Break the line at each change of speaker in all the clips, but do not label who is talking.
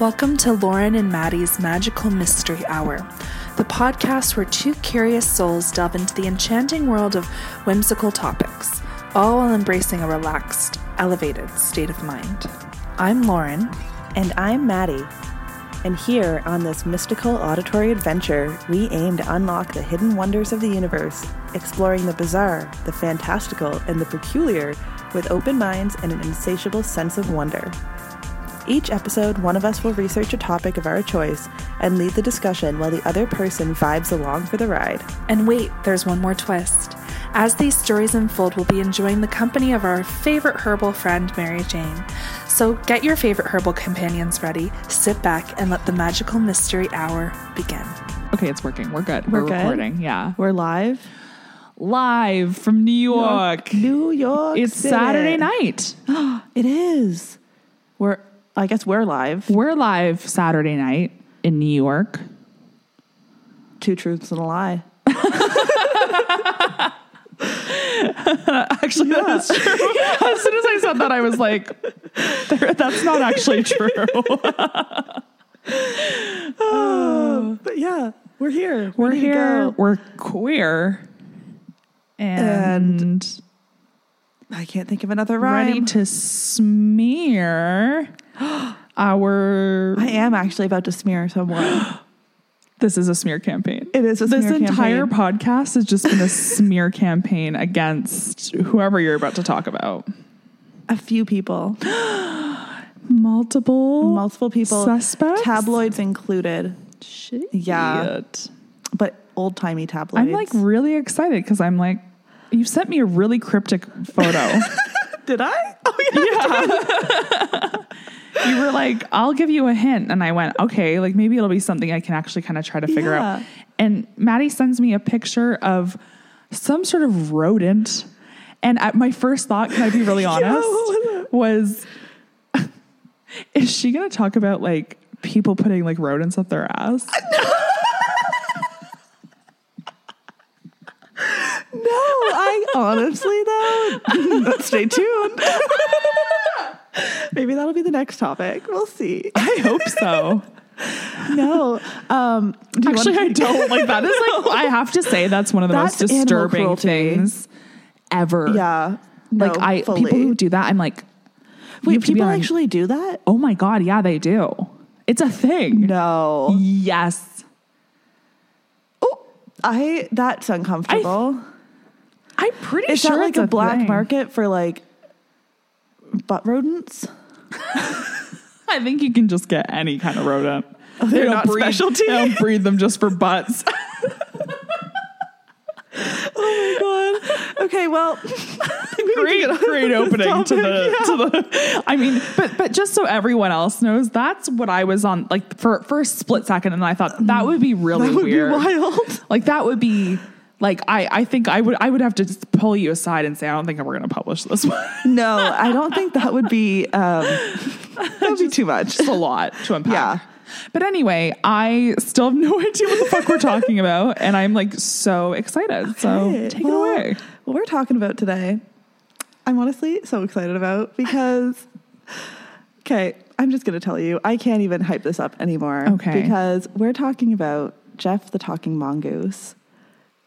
Welcome to Lauren and Maddie's Magical Mystery Hour, the podcast where two curious souls delve into the enchanting world of whimsical topics, all while embracing a relaxed, elevated state of mind. I'm Lauren.
And I'm Maddie. And here on this mystical auditory adventure, we aim to unlock the hidden wonders of the universe, exploring the bizarre, the fantastical, and the peculiar with open minds and an insatiable sense of wonder. Each episode, one of us will research a topic of our choice and lead the discussion while the other person vibes along for the ride.
And wait, there's one more twist. As these stories unfold, we'll be enjoying the company of our favorite herbal friend, Mary Jane. So get your favorite herbal companions ready, sit back, and let the magical mystery hour begin.
Okay, it's working. We're good.
We're
We're,
good?
recording. Yeah.
We're live.
Live from New York.
New York.
It's
City.
Saturday night.
It is. We're, I guess we're live.
We're live Saturday night in New York.
Two truths and a lie.
Actually, that is true. as soon as I said that, I was like, "There- that's not actually true.
But yeah, we're here.
We're
Ready to
here.
go.
We're queer. And,
I can't think of another rhyme.
ready to smear our.
I am actually about to smear someone.
This is a smear campaign.
It is a
this
smear
entire
campaign.
podcast has just been a smear campaign against whoever you're about to talk about.
A few people,
Multiple,
multiple people,
suspects,
tabloids included,
Shit.
Yeah. but old timey tabloids.
I'm like really excited because I'm like, you sent me a really cryptic photo.
did I? Oh yeah.
you were like, I'll give you a hint, and I went, okay, like maybe it'll be something I can actually kind of try to figure out.
Yeah.
And Maddie sends me a picture of some sort of rodent, and at my first thought, can I be really honest?
what
was is she gonna talk about like people putting like rodents up their ass?
No, I honestly though. but stay tuned. Maybe that'll be the next topic. We'll see.
I hope so.
No. Um, do you
Actually,
wanna-
I don't like that. Is like I have to say that's one of the most
That's animal
disturbing
cruelty.
things ever.
yeah. No,
like I
fully.
people who do that, I'm like, you
wait.
have to be
People
on-
actually do that?
oh my god, yeah, they do. It's a thing.
No.
Yes,
Oh, I that's uncomfortable.
I'm pretty
Is
sure
that like
it's
a black
thing.
market for like butt rodents?
I think you can just get any kind of rodent.
Oh, they're
They don't
not
breed-
specialty?
They don't breed them just for butts.
Okay, well,
great, great opening to the to the. I mean, but but just so everyone else knows, that's what I was on like for for a split second, and I thought that would be really
Mm. that would
weird.
be wild.
Like that would be like I I think I would I would have to just pull you aside and say I don't think we're gonna publish this one.
No, I don't think that would be um, that would be too much.
It's a lot to unpack.
Yeah.
But anyway, I still have no idea what the fuck we're talking about, and I'm like so excited. so
Okay,
take
well,
it away.
What we're talking about today, I'm honestly so excited about because okay, I'm just gonna tell you, I can't even hype this up anymore.
Okay.
because we're talking about Jeff the talking mongoose,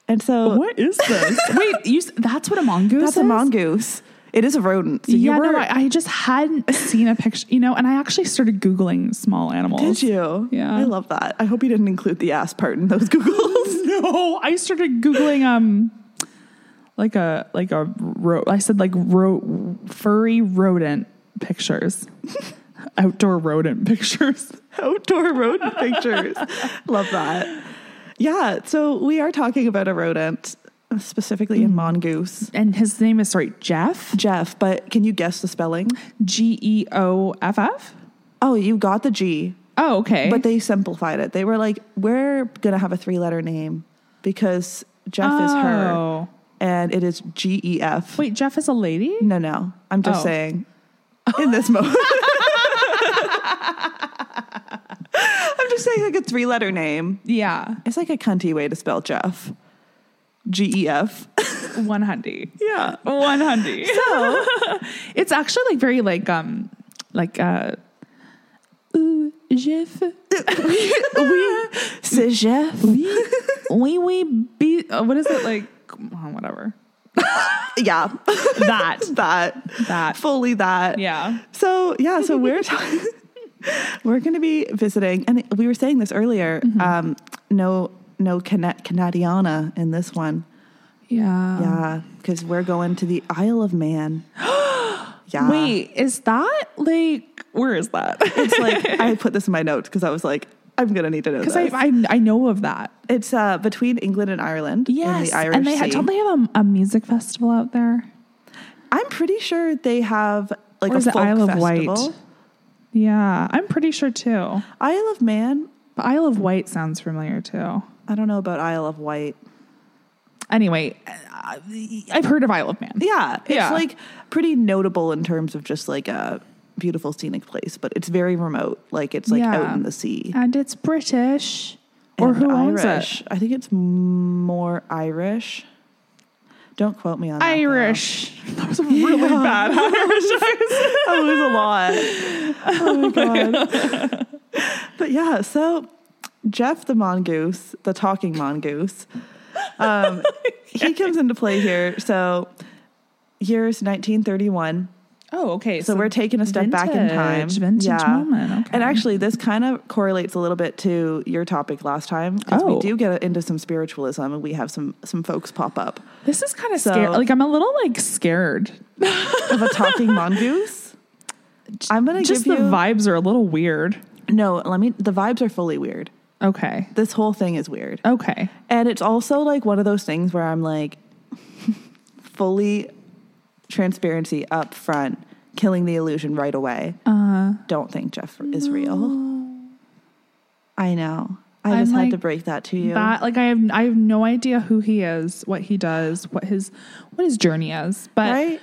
and so
What is this? Wait, you, s- that's what a mongoose
That's a
is?
mongoose. It is a rodent. So
yeah,
you were.
no, I, I just hadn't seen a picture, you know, and I actually started Googling small animals.
did you?
Yeah.
I love that. I hope you didn't include the ass part in those Googles.
No, Oh, I started Googling, um, like a, like a, ro- I said like ro- furry rodent pictures, outdoor rodent pictures.
Outdoor rodent pictures. Love that. Yeah. So we are talking about a rodent, specifically
Mm-hmm.
a mongoose.
And his name is, sorry, Jeff,
Jeff, but can you guess the spelling?
G E O F F.
Oh, you got the G,
Oh, okay.
but they simplified it. They were like, we're going to have a three letter name because Jeff is her
Oh.
and it is G E F.
Wait, Jeff is a lady?
No, no. I'm just
Oh.
saying in this moment. I'm just saying like a three letter name.
Yeah.
It's like a cunty way to spell Jeff. G E F.
One hundy.
Yeah.
One hundy.
So
It's actually like very like um like uh ooh Jeff.
oui, c'est Jeff.
Oui, we be. uh, What is it like? oh, whatever.
Yeah,
That.
that,
That.
fully that.
Yeah.
So yeah, so we're talking. we're going to be visiting, and we were saying this earlier.
Mm-hmm.
Um, no, no Cana- Canadiana in this one.
Yeah.
Yeah, because we're going to the Isle of Man. yeah.
Wait, is that like where is that?
It's like I put this in my notes because I was like, I'm gonna need to know this.
Because I, I I know of that.
it's uh, between England and Ireland. in the Irish
and they
Sea.
had don't they have a, a music festival out there?
I'm pretty sure they have like
Or
a
is it
folk
Isle of
festival.
Wight? Yeah, I'm pretty sure too.
Isle of Man.
But Isle of Wight sounds familiar too.
I don't know about Isle of Wight.
Anyway, uh, I've heard of Isle of Man.
Yeah, it's
Yeah.
like pretty notable in terms of just like a beautiful scenic place, but it's very remote. Like it's like
Yeah.
out in the sea.
And it's British. Or
And
who owns
Irish.
it?
I think it's more Irish. Don't quote me on that. though.
Irish. That was really bad Irish.
that was a lot. Oh my god. but yeah, so Jeff the mongoose, the talking mongoose, um, he comes into play here. So years 1931.
oh, okay.
So, we're taking a step back in time.
vintage- vintage moment, okay.
And actually, this kind of correlates a little bit to your topic last time because
Oh.
we do get into some spiritualism and we have some some folks pop up
this is kind of
So-
scary. Like I'm a little like scared.
of a talking mongoose. I'm gonna
Just
give
the
you
vibes are a little weird.
no. Let me. The vibes are fully weird.
Okay.
this whole thing is weird.
Okay.
And it's also like one of those things where I'm like, fully transparency up front, killing the illusion right away.
Uh,
Don't think Jeff is real. I know. I
I'm
just had to
like,
break that to you.
that like I have I have no idea who he is, what he does, what his what his journey is. But
right?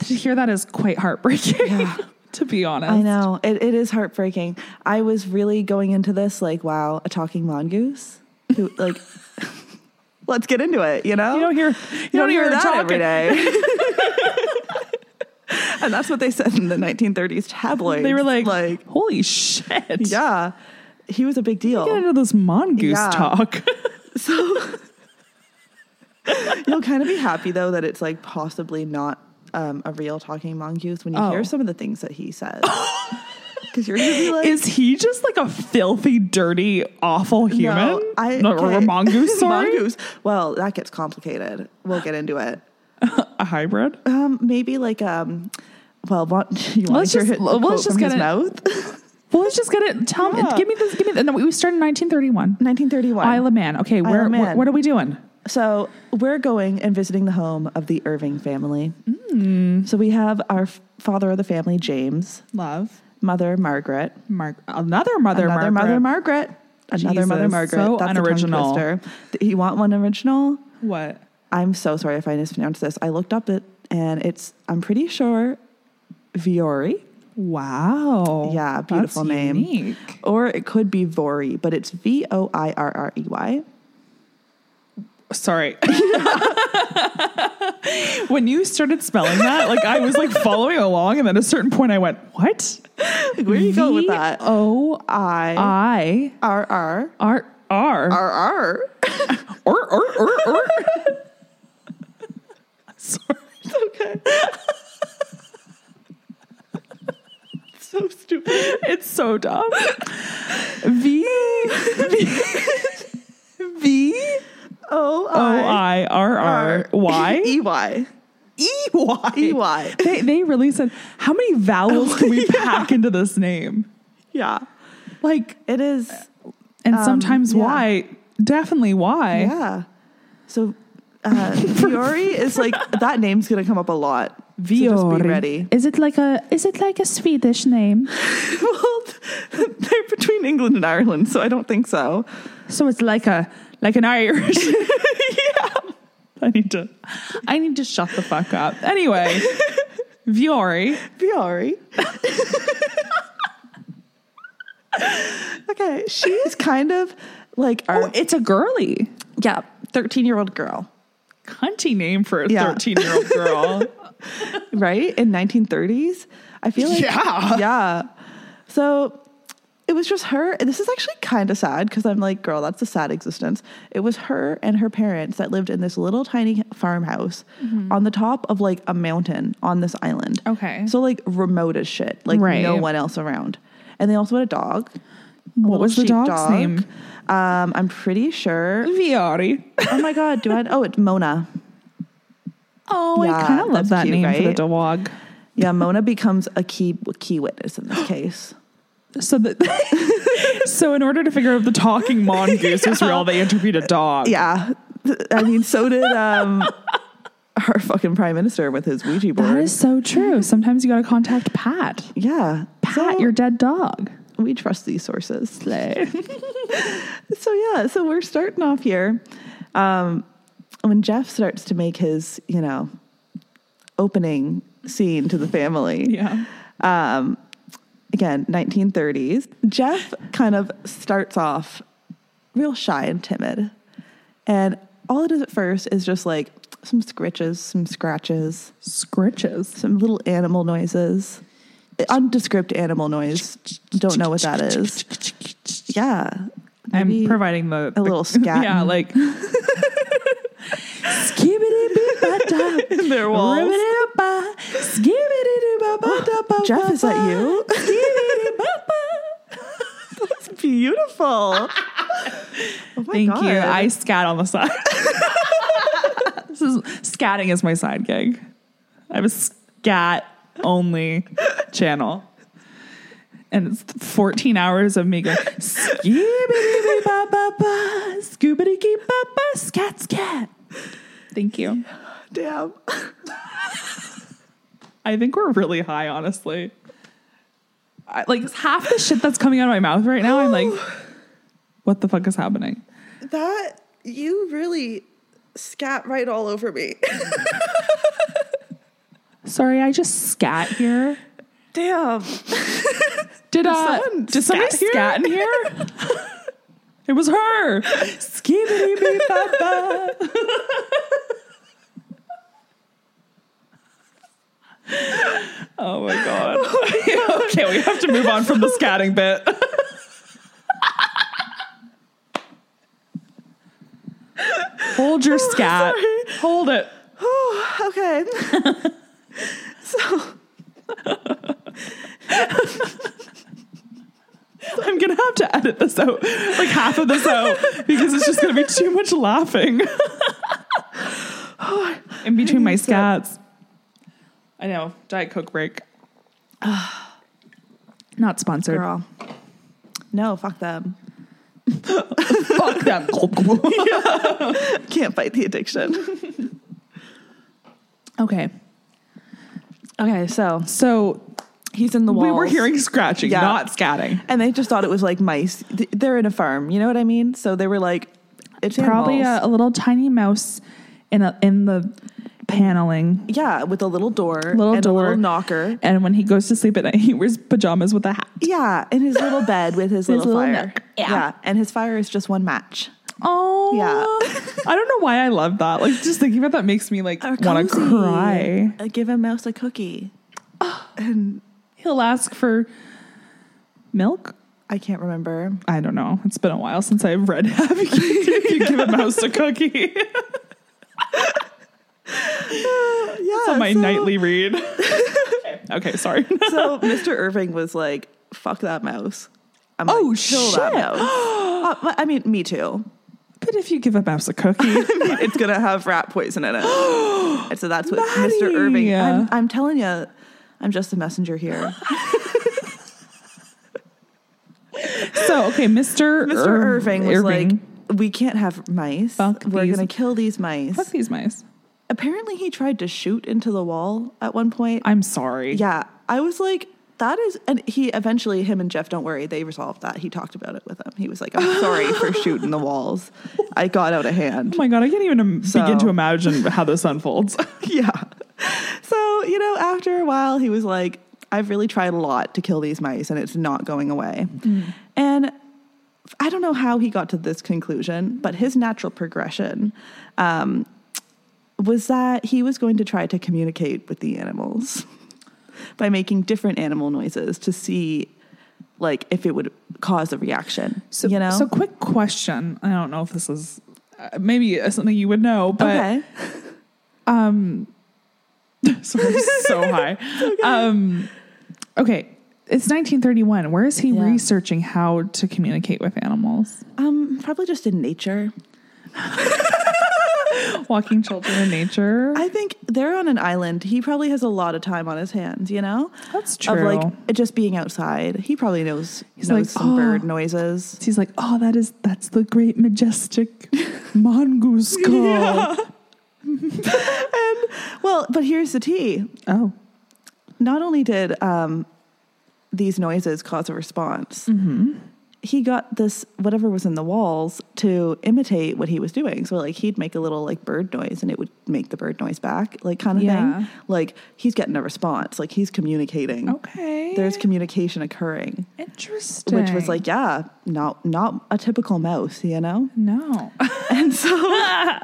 to hear that is quite heartbreaking.
Yeah.
to be honest,
I know. It, it is heartbreaking. I was really going into this like, wow, a talking mongoose? Who, like, let's get into it, you know?
You don't hear you,
You
don't, hear, her
that
talking.
every day. and that's what they said in the 1930s tabloids.
They were like,
like,
"Holy shit!"
yeah, he was a big
Get
deal.
into this mongoose
Yeah.
talk.
You'll kind of be happy though that it's like possibly not um, a real talking mongoose when you
Oh.
hear some of the things that he says. Because you're gonna be like,
Is he just like a filthy, dirty, awful human?
no, I
No, or a
okay.
mongoose, sorry,
mongoose. Well, that gets complicated. We'll get into it.
a hybrid.
Um, maybe like um. Well, what, you want
Let's
to hear
just-
it,
let's
quote
just
from
get
his
it-
mouth?
Well, let's just get it. Tell
Yeah.
me, give me this. Give me. The, no, we started in 1931.
1931.
Isle of Man. Okay, where,
of
wh-
Man.
what are we doing?
So we're going and visiting the home of the Irving family.
Mm.
So we have our f- father of the family, James,
Love,
mother Margaret,
Mark. Another mother,
another
Margaret.
mother Margaret, another mother
Jesus,
Margaret.
so
a tongue
unoriginal.
twister. Th- You want one original?
What?
I'm so sorry if I mispronounced this. I looked up it, and it's I'm pretty sure Viore,
Wow.
Yeah,
That's
beautiful name.
unique.
or it could be Vori, but it's V O I R R E Y.
Sorry. when you started spelling that, like I was like following along, and at a certain point, I went, "What?
Where are you going with that?
O
I
I
R R
R R
R R.
or or or or." Sorry.
So stupid.
It's so dumb. V V
E
V
O
O I R R Y
E Y.
E Y
E Y.
They they really said how many vowels can we pack into this name?
Yeah.
Like
It is.
and
Um,
sometimes
yeah.
why definitely why
Yeah. So uh, Fiore is like, that name's going to come up a lot. So just be ready.
Is it like a is it like a Swedish name?
well, they're between England and Ireland, so I don't think so.
So it's like a like an Irish. yeah. I need to I need to shut the fuck up. Anyway, Viore.
Fiore. okay. She is kind of like our
Oh, it's a girly.
yeah, 13 year old girl,
Cunty name for a
Yeah.
13 year old girl.
right? In 1930s. I feel like.
yeah.
yeah. So it was just her. And this is actually kind of sad because I'm like, girl, that's a sad existence. It was her and her parents that lived in this little tiny farmhouse on the top of like a mountain on this island.
Mm-hmm. Okay.
So like remote as shit. Like
Right.
no one else around. And they also had a dog. a
What
little
was the dog's
sheepdog.
name?
Um, I'm pretty sure.
Viari.
Oh my god, do I? Oh, it's Mona.
Oh, I
Yeah,
kind of love
that's
that
cute,
name for the
right?
dog.
Yeah, Mona becomes a key key witness in this case.
So that, so in order to figure out if the talking mongoose was real, they interviewed a dog.
Yeah, I mean, so did um, our fucking prime minister with his Ouija board.
That is so true. Sometimes you got to contact Pat.
yeah,
Pat,
So
your dead dog.
we trust these sources.
Slay.
So yeah, so we're starting off here. Um, when Jeff starts to make his, you know, opening scene to the family.
Yeah.
um, again, 1930s. Jeff kind of starts off real shy and timid. And all it is at first is just like some scritches, some scratches,
Scritches.
some little animal noises. Undescript animal noise. Don't know what that is. Yeah.
I'm
Maybe
providing the,
a
the-
little scat.
Yeah, like
in their walls. Jeff, is that you? That's beautiful. oh my
Thank you.
God.
I scat on the side. this is scatting is my side gig. I have a scat only channel. And it's 14 hours of me going, skibbity ba ba ba, scoobity gee ba ba, scat scat. Thank you.
damn.
I think we're really high, honestly. I, like half the shit that's coming out of my mouth right now, I'm like, what the fuck is happening?
That you really scat right all over me.
Sorry, I just scat here.
Damn.
Did uh,
someone
did somebody
scat here?
scat in here? it was her. Skibbity bee papa. oh my god. okay, we have to move on from the scatting bit. Hold your scat. Hold it.
Oh, okay. so
I'm gonna have to edit this out, like half of this out, because it's just gonna be too much laughing. In between my scats. I know, Diet Coke break. Not sponsored.
girl. No, fuck them.
Fuck them.
Can't fight the addiction.
okay.
Okay, so
So
he's in the walls.
we were hearing scratching,
Yeah.
not scatting.
and they just thought it was like mice. Th- They're in a farm, you know what I mean? So they were like, it's
Probably a,
animals.
a little tiny mouse in a, in the paneling.
yeah, with a little door,
Little
and
door.
a little knocker.
And when he goes to sleep at night, he wears pajamas with a hat.
Yeah, in his little bed with his, little,
little
fire.
nook. Yeah.
and his fire is just one match.
Oh
Yeah.
I don't know why I love that. Like just thinking about that makes me like
Or
want to
cozy.
cry.
Uh, give a mouse a cookie. And
He'll ask for milk.
I can't remember.
I don't know. It's been a while since I've read Have you, If you give a mouse a cookie?
Yeah,
on my
so-
nightly read. okay. okay, sorry.
so Mr. Irving was like, "Fuck that mouse." I'm
Oh,
like, "Kill that
shit.
mouse." Uh, but, I mean, me too.
But if you give a mouse a cookie,
I mean, it's gonna have rat poison in it, and so that's what Mr.
Maddie.
Irving. I'm, I'm telling you, I'm just a messenger here.
so okay, Mr.
Mr.
Irv-
Irving was
Irving.
like, "We can't have mice.
Fuck
We're
these-
gonna kill these mice."
"Fuck these mice."
Apparently, he tried to shoot into the wall at one point.
I'm sorry.
Yeah, I was like, that is, and he eventually, him and Jeff, don't worry, they resolved that. He talked about it with him. He was like, I'm sorry for shooting the walls. I got out of hand.
Oh my god, I can't even im- begin
So-
to imagine how this unfolds.
Yeah. So, you know, after a while, he was like, I've really tried a lot to kill these mice and it's not going away.
Mm.
And I don't know how he got to this conclusion, but his natural progression um, was that he was going to try to communicate with the animals by making different animal noises to see, like, if it would cause a reaction.
So,
you know,
so quick question. I don't know if this is uh, maybe something you would know, but
okay,
Sorry, I'm so high. Um, okay, it's 1931. Where is he
Yeah.
researching how to communicate with animals?
um, probably just in nature.
Walking children in nature.
I think they're on an island. He probably has a lot of time on his hands. You know,
That's
Of
true.
like it just being outside, he probably knows.
He's
knows
like,
some
"Oh."
bird noises.
He's like, oh, that is that's the great majestic mongoose call.
Well, but here's the tea.
Oh,
Not only did um, these noises cause a response,
Mm-hmm.
he got this whatever was in the walls to imitate what he was doing. So like he'd make a little like bird noise, and it would make the bird noise back, like kind of
Yeah.
thing. Like he's getting a response. Like he's communicating.
okay.
There's communication occurring,
interesting.
which was like, yeah, not not a typical mouse, you know.
no.
And so,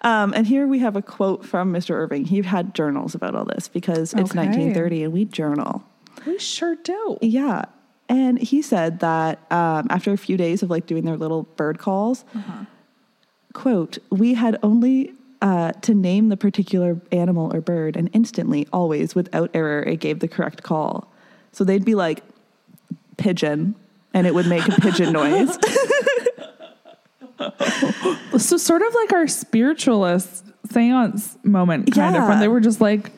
um, and here we have a quote from Mr. Irving. He had journals about all this because it's
Okay.
1930 and we journal.
we sure do.
Yeah. And he said that um, after a few days of like doing their little bird calls,
Uh-huh.
quote, we had only uh, to name the particular animal or bird, and instantly, always, without error, it gave the correct call. So they'd be like, pigeon, and it would make a pigeon noise.
So sort of like our spiritualist seance moment kind
Yeah.
of when they were just like,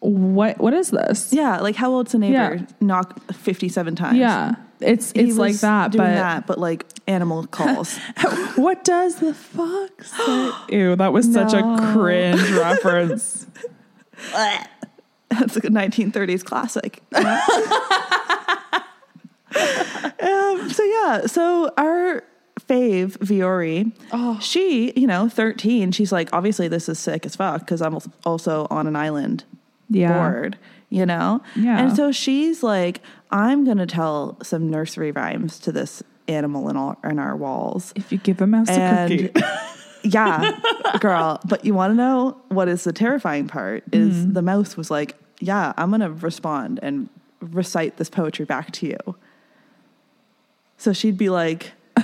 what what is this?
Yeah, like how old's a neighbor?
Yeah.
Knock fifty-seven times.
Yeah, it's
He
it's
was
like that,
doing
but
that, but like animal calls.
what does the fox? say? Ew, that was such a
No.
cringe reference.
That's like a nineteen thirties classic. um, so yeah, so our fave Viore,
Oh.
she you know thirteen, she's like obviously this is sick as fuck because I'm also on an island
Yeah.
bored, you know?
Yeah.
And so she's like, I'm going to tell some nursery rhymes to this animal in, all, in our walls.
If you give a mouse a
And
cookie,
yeah, girl. But you want to know what is the terrifying part is
Mm-hmm.
the mouse was like, yeah, I'm going to respond and recite this poetry back to you. So she'd be like,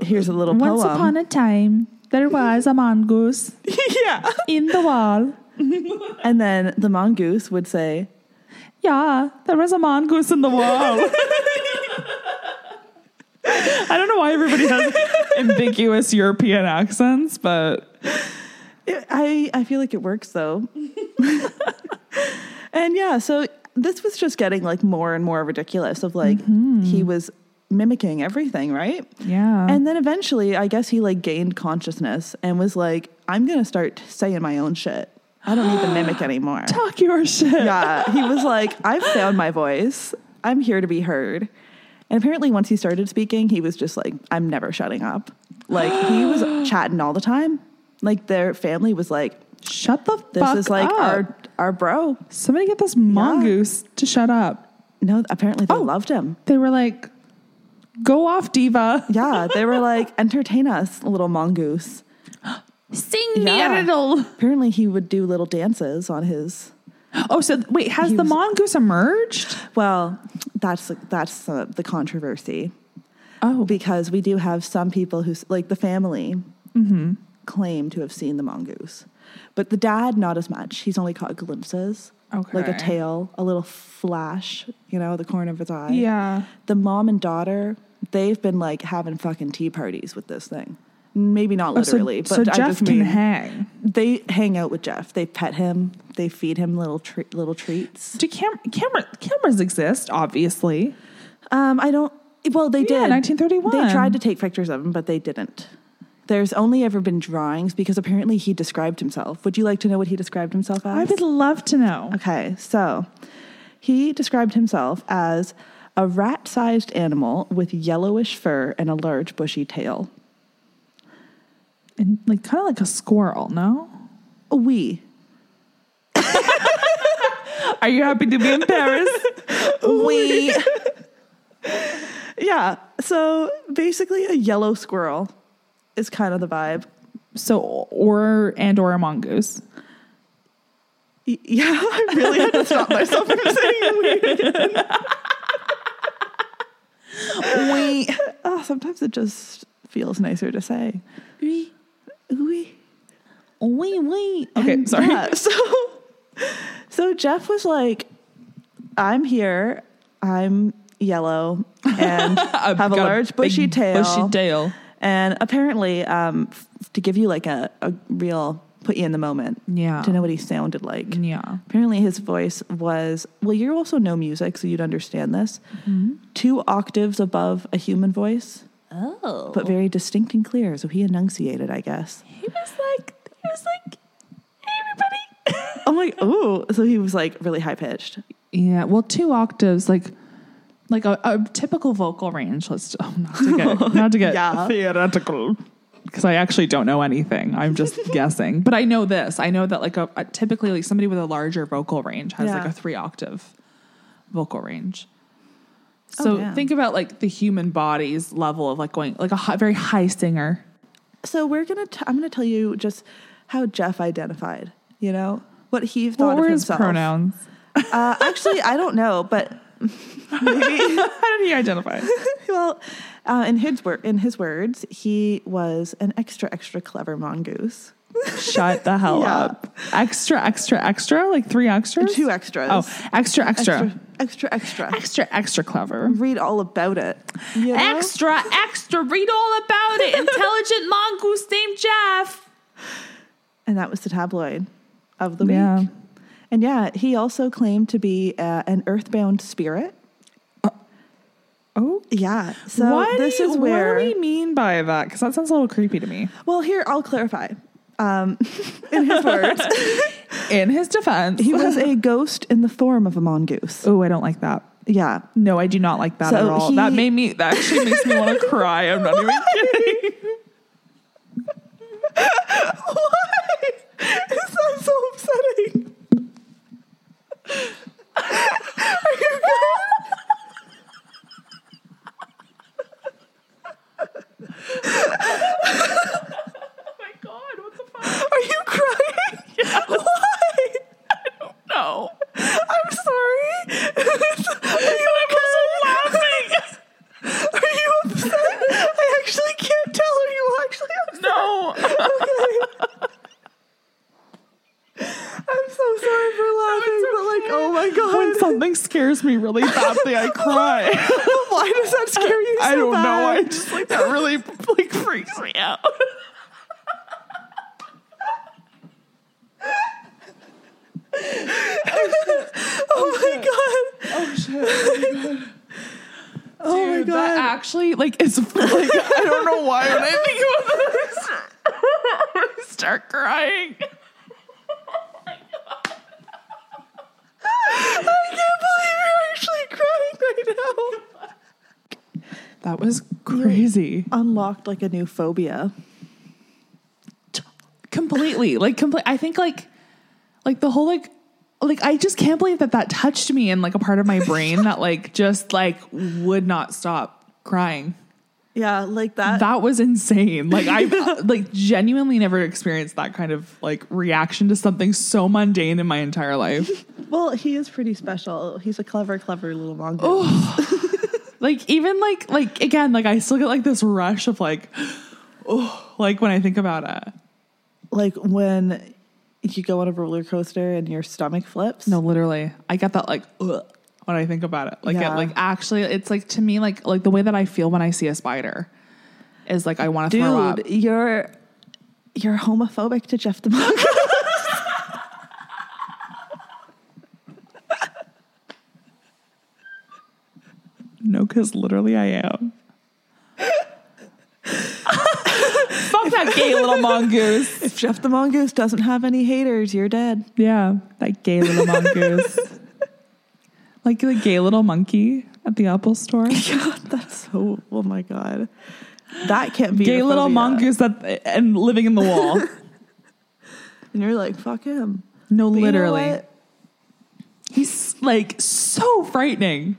here's a little
once
poem.
upon a time there was a mongoose
yeah.
in the wall.
And then the mongoose would say,
Yeah, there was a mongoose in the wall. I don't know why everybody has ambiguous European accents, but
It- I I feel like it works though. and yeah, so this was just getting like more and more ridiculous of like
Mm-hmm.
he was mimicking everything, right?
yeah.
And then eventually, I guess he like gained consciousness and was like, I'm going to start saying my own shit. I don't need to mimic anymore.
talk your shit.
yeah, he was like, I've found my voice. I'm here to be heard. And apparently, once he started speaking, he was just like, I'm never shutting up. Like, he was chatting all the time. Like, their family was like,
Shut the
this
fuck
is like
up.
our our bro.
Somebody get this mongoose to shut up.
No, apparently
Oh.
they loved him.
They were like, go off, diva.
Yeah, they were like, entertain us, little mongoose.
Sing
Yeah. Apparently he would do little dances on his.
Oh, so th- wait, has
He
the
was-
mongoose emerged?
Well, that's that's uh, the controversy
Oh,
because we do have some people who s- like the family
Mm-hmm.
claim to have seen the mongoose, but the dad not as much. He's only caught glimpses, like
Okay.
a tail, a little flash, you know, the corner of his eye.
yeah.
the mom and daughter, they've been like having fucking tea parties with this thing. Maybe not
Oh, so-
literally,
so,
but I
Jeff
just
can
mean
hang.
they hang out with Jeff. They pet him. They feed him little tre- little treats.
Do cam- camera cameras exist? Obviously.
Um, I don't. Well, they
Yeah,
did.
1931.
They tried to take pictures of him, but they didn't. There's only ever been drawings because apparently he described himself. Would you like to know what he described himself as?
I would love to know.
Okay, so he described himself as a rat sized animal with yellowish fur and a large bushy tail.
And like kind of like a squirrel, no?
We.
Are you happy to be in Paris?
We. yeah, so basically a yellow squirrel is kind of the vibe.
so or and or a mongoose.
Y- Yeah, I really had to stop myself from saying weird. oh, sometimes it just feels nicer to say.
Oui.
Oui.
Oui, oui. Okay, sorry.
Yeah, so, so Jeff was like, "I'm here. I'm yellow and
I've
have a
got
large
big
bushy tail.
Bushy tail.
And apparently, um, f- to give you like a, a real put you in the moment,
Yeah.
to know what he sounded like.
Yeah.
Apparently, his voice was well. You also know music, so you'd understand this.
Mm-hmm.
Two octaves above a human voice,
Oh.
but very distinct and clear. So he enunciated, I guess.
he was like, he was like, hey, everybody.
I'm like, ooh. So he was like really high pitched.
yeah. Well, two octaves, like, like a, a typical vocal range. Let's oh, not to get not to get
Yeah.
theoretical because I actually don't know anything. I'm just guessing, but I know this. I know that like a, a- typically like somebody with a larger vocal range has like
Yeah.
a three octave vocal range. So
Oh, yeah.
think about like the human body's level of like going like a hi- very high singer.
So we're gonna. T- I'm gonna tell you just how Jeff identified. You know what he thought
What were
of
his
himself.
pronouns?
Uh, actually, I don't know, but
How did he identify?
well, uh, in his wor- in his words, he was an extra extra clever mongoose.
Shut the hell
Yeah.
up. Extra, extra, extra? Like three extras?
Two extras.
Oh, extra, extra.
extra
Extra,
extra extra.
extra, clever.
Read all about it. you know?
Extra, extra. Read all about it. Intelligent mongoose named Jeff.
and that was the tabloid of the
Yeah.
week. And yeah, he also claimed to be uh, an earthbound spirit.
Uh, Oh.
Yeah. So this is where.
What do we mean by that? Because that sounds a little creepy to me.
well, here I'll clarify. Um, in his words,
In his defense.
he was a ghost in the form of a mongoose.
Oh, I don't like that.
Yeah.
No, I do not like that
So
at all.
he-
that made me. That actually makes me want to cry. I'm not even kidding.
Why? It sounds so upsetting. Are you good?
Oh my god! What the fuck?
Are you crying? Why?
No.
I'm sorry. Are you laughing. Are you upset? I actually can't tell. Are you actually upset?
No.
I'm so sorry for laughing, but like, oh my god.
when something scares me really badly, I cry.
Why does that scare you so
I don't know.
bad?
I just like that really like freaks me out.
oh my god.
Oh shit!
Oh my god.
That actually like it's like I don't know why when I think about this, I start crying.
I can't believe you're actually crying right now.
That was crazy.
Unlocked like a new phobia.
completely like complete i think like like the whole like like i just can't believe that that touched me in like a part of my brain that like just like would not stop crying
Yeah, like that.
that was insane like i like genuinely never experienced that kind of like reaction to something so mundane in my entire life
Well, he is pretty special. He's a clever, clever little mongoose.
like even like like again like i still get like this rush of like oh like when i think about it
Like when you go on a roller coaster and your stomach flips.
No, literally, I get that like ugh, when I think about it. Like,
Yeah.
it, like actually, it's like to me, like like the way that I feel when I see a spider is like I want to throw up.
dude, you're you're homophobic to Jeff the mongoose.
No, because literally I am. Fuck that gay little mongoose.
if Jeff the mongoose doesn't have any haters, you're dead.
Yeah, that gay little mongoose. like the gay little monkey at the Apple store.
That's so. Oh my god, that can't be
gay
your
little
phobia.
mongoose that and living in the wall.
And you're like, fuck him.
No,
But you know
literally,
what?
he's like so frightening.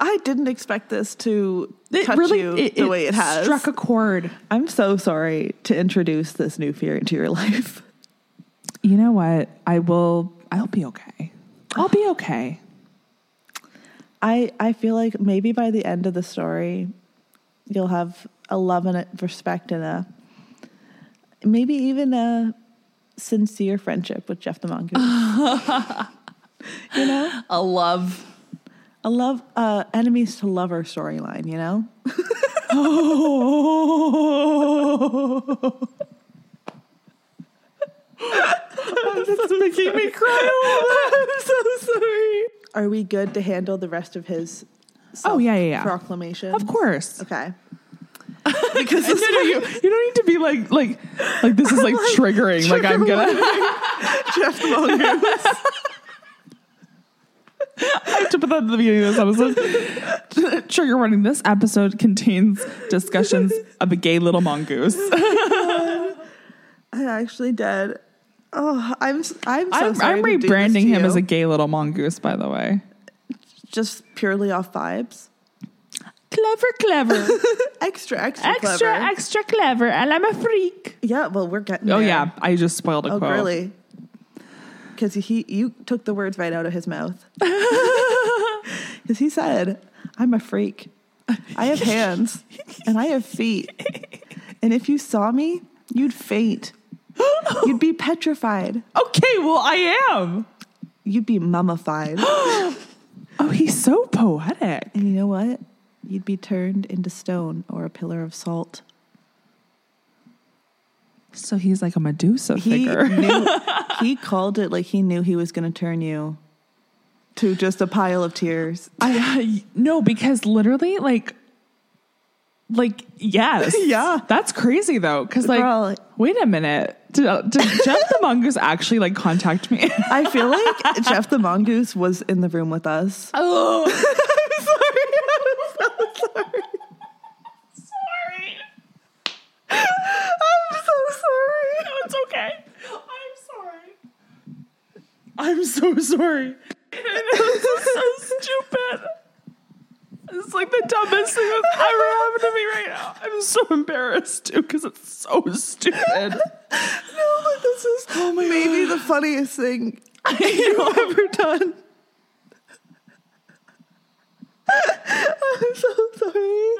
I didn't expect this to
It
touch
really
you the way it has.
struck a chord.
I'm so sorry to introduce this new fear into your life.
You know what? I will. I'll be okay. I'll be okay.
I I feel like maybe by the end of the story, You'll have a love and a respect and a maybe even a sincere friendship with Jeff the Mongoose. you know,
A love.
a love uh, enemies to lover storyline. You know,
Oh. That's making me cry. I'm so sorry.
are we good to handle the rest of his?
Oh, yeah, yeah, yeah.
Proclamation.
Of course.
Okay.
Because no, no, you, you don't need to be like like like this is like, triggering. Like I'm gonna
Jeff the Mongoose.
I have to put that at the beginning of this episode. Trigger warning: This episode contains discussions of a gay little mongoose.
I actually did. Oh, I'm s- I'm so
I'm,
sorry
I'm
to do this
rebranding
to
him as
you.
a gay little mongoose. By the way,
just purely off vibes.
clever, clever,
Extra, extra,
extra,
clever.
extra clever, and I'm a freak.
yeah, well, we're getting.
Oh
there.
yeah, I just spoiled a
Oh,
quote.
really? Because he, you took the words right out of his mouth. Because he said, "I'm a freak. I have hands and I have feet. And if you saw me, you'd faint. You'd be petrified.
Okay, well I am.
You'd be mummified.
Oh, he's so poetic.
And you know what? You'd be turned into stone or a pillar of salt."
So he's like a Medusa
he
figure.
knew he called it like he knew he was going to turn you to just a pile of tears.
I, no, because literally, like, like yes,
Yeah.
that's crazy though. Because like,
Girl.
wait a minute, did, did Jeff the mongoose actually like contact me?
I feel like Jeff the mongoose was in the room with us.
Oh,
I'm so sorry.
it's okay. I'm sorry. I'm so sorry. this is so stupid. It's like the dumbest thing that's ever happened to me right now. I'm so embarrassed too because it's so stupid.
No, but this is maybe the funniest thing you've ever done. I'm so sorry.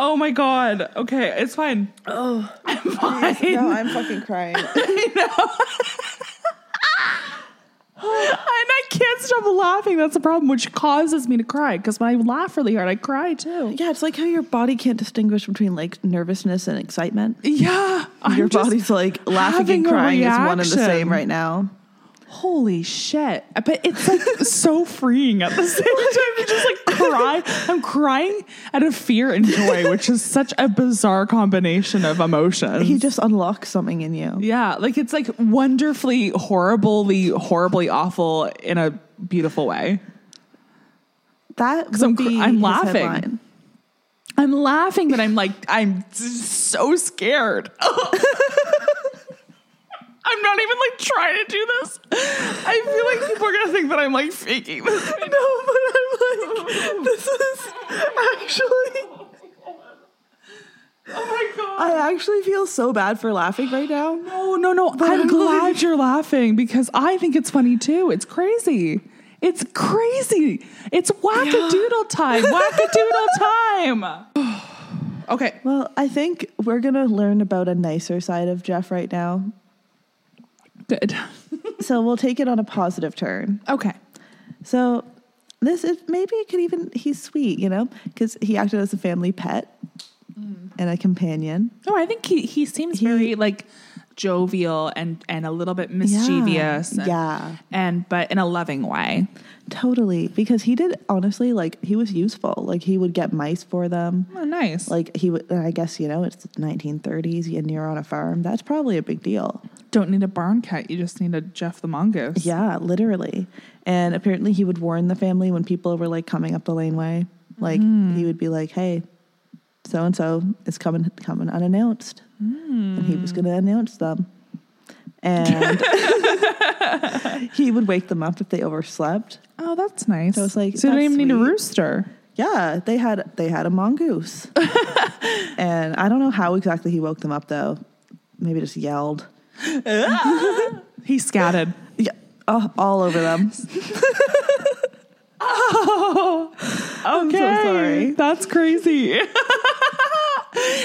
Oh my god. Okay, it's fine. Oh, I'm fine.
No, I'm fucking crying.
And I can't stop laughing. That's the problem, which causes me to cry. Because when I laugh really hard, I cry too.
Yeah, it's like how your body can't distinguish between like nervousness and excitement.
Yeah, I'm
Your
just-
body's like laughing
having
and
a
crying is one and the
reaction.
same right now.
Holy shit! But it's like so freeing at the same time. You just like cry. I'm crying out of fear and joy, which is such a bizarre combination of emotions.
He just unlocks something in you.
yeah, like it's like wonderfully, horribly, horribly awful in a beautiful way.
That would
I'm cr-
be
I'm
his
laughing.
headline.
I'm laughing, but I'm like, I'm so scared. I'm not even like trying to do this. I feel like people are gonna think that I'm like faking this. No, but I'm like, this is actually. Oh my god.
I actually feel so bad for laughing right now.
No, no, no. I'm glad you're laughing because I think it's funny too. It's crazy. It's crazy. It's whack-a-doodle time. Whack-a-doodle time. okay.
Well, I think we're gonna learn about a nicer side of Jeff right now.
Good.
So we'll take it on a positive turn.
Okay.
So this is maybe it could even he's sweet, you know, because he acted as a family pet and a companion.
No, I think he, he seems very like jovial and and a little bit mischievous.
Yeah.
and-
Yeah.
And but in a loving way.
Totally, because he did honestly like he was useful. Like he would get mice for them.
Oh, nice. Like
Like he would. and I guess you know it's the 1930s and you're on a farm. That's probably a big deal.
don't need a barn cat, you just need a Jeff the mongoose.
Yeah, literally. And apparently he would warn the family when people were like coming up the laneway. Like he would be like, "Hey, so and so is coming coming unannounced," and he was going to announce them. And he would wake them up if they overslept.
Oh, that's nice.
So it's like,
So you don't
that's
even need a
sweet.
rooster.
Yeah, they had they had a mongoose, and I don't know how exactly he woke them up though. Maybe just yelled
He scattered.
yeah, uh, all over them.
oh, I'm
so sorry.
That's crazy.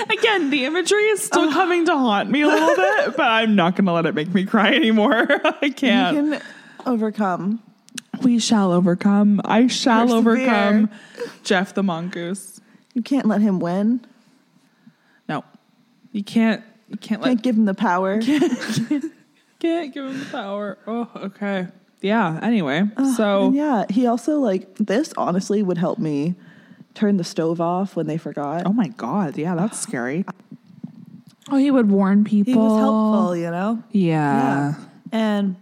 Again, the imagery is still coming to haunt me a little bit, but I'm not going to let it make me cry anymore. I can't.
You can overcome.
we shall overcome. I shall
Persevere.
overcome. Jeff the mongoose.
You can't let him win.
No, you can't. You can't let
Can't give him the power.
Can't give him the power. Oh, okay. Yeah. Anyway, so
And yeah, he also like this. Honestly, would help me turn the stove off when they forgot.
oh my god, yeah, that's scary. Oh, he would warn people.
he was helpful, you know.
Yeah.
Yeah. And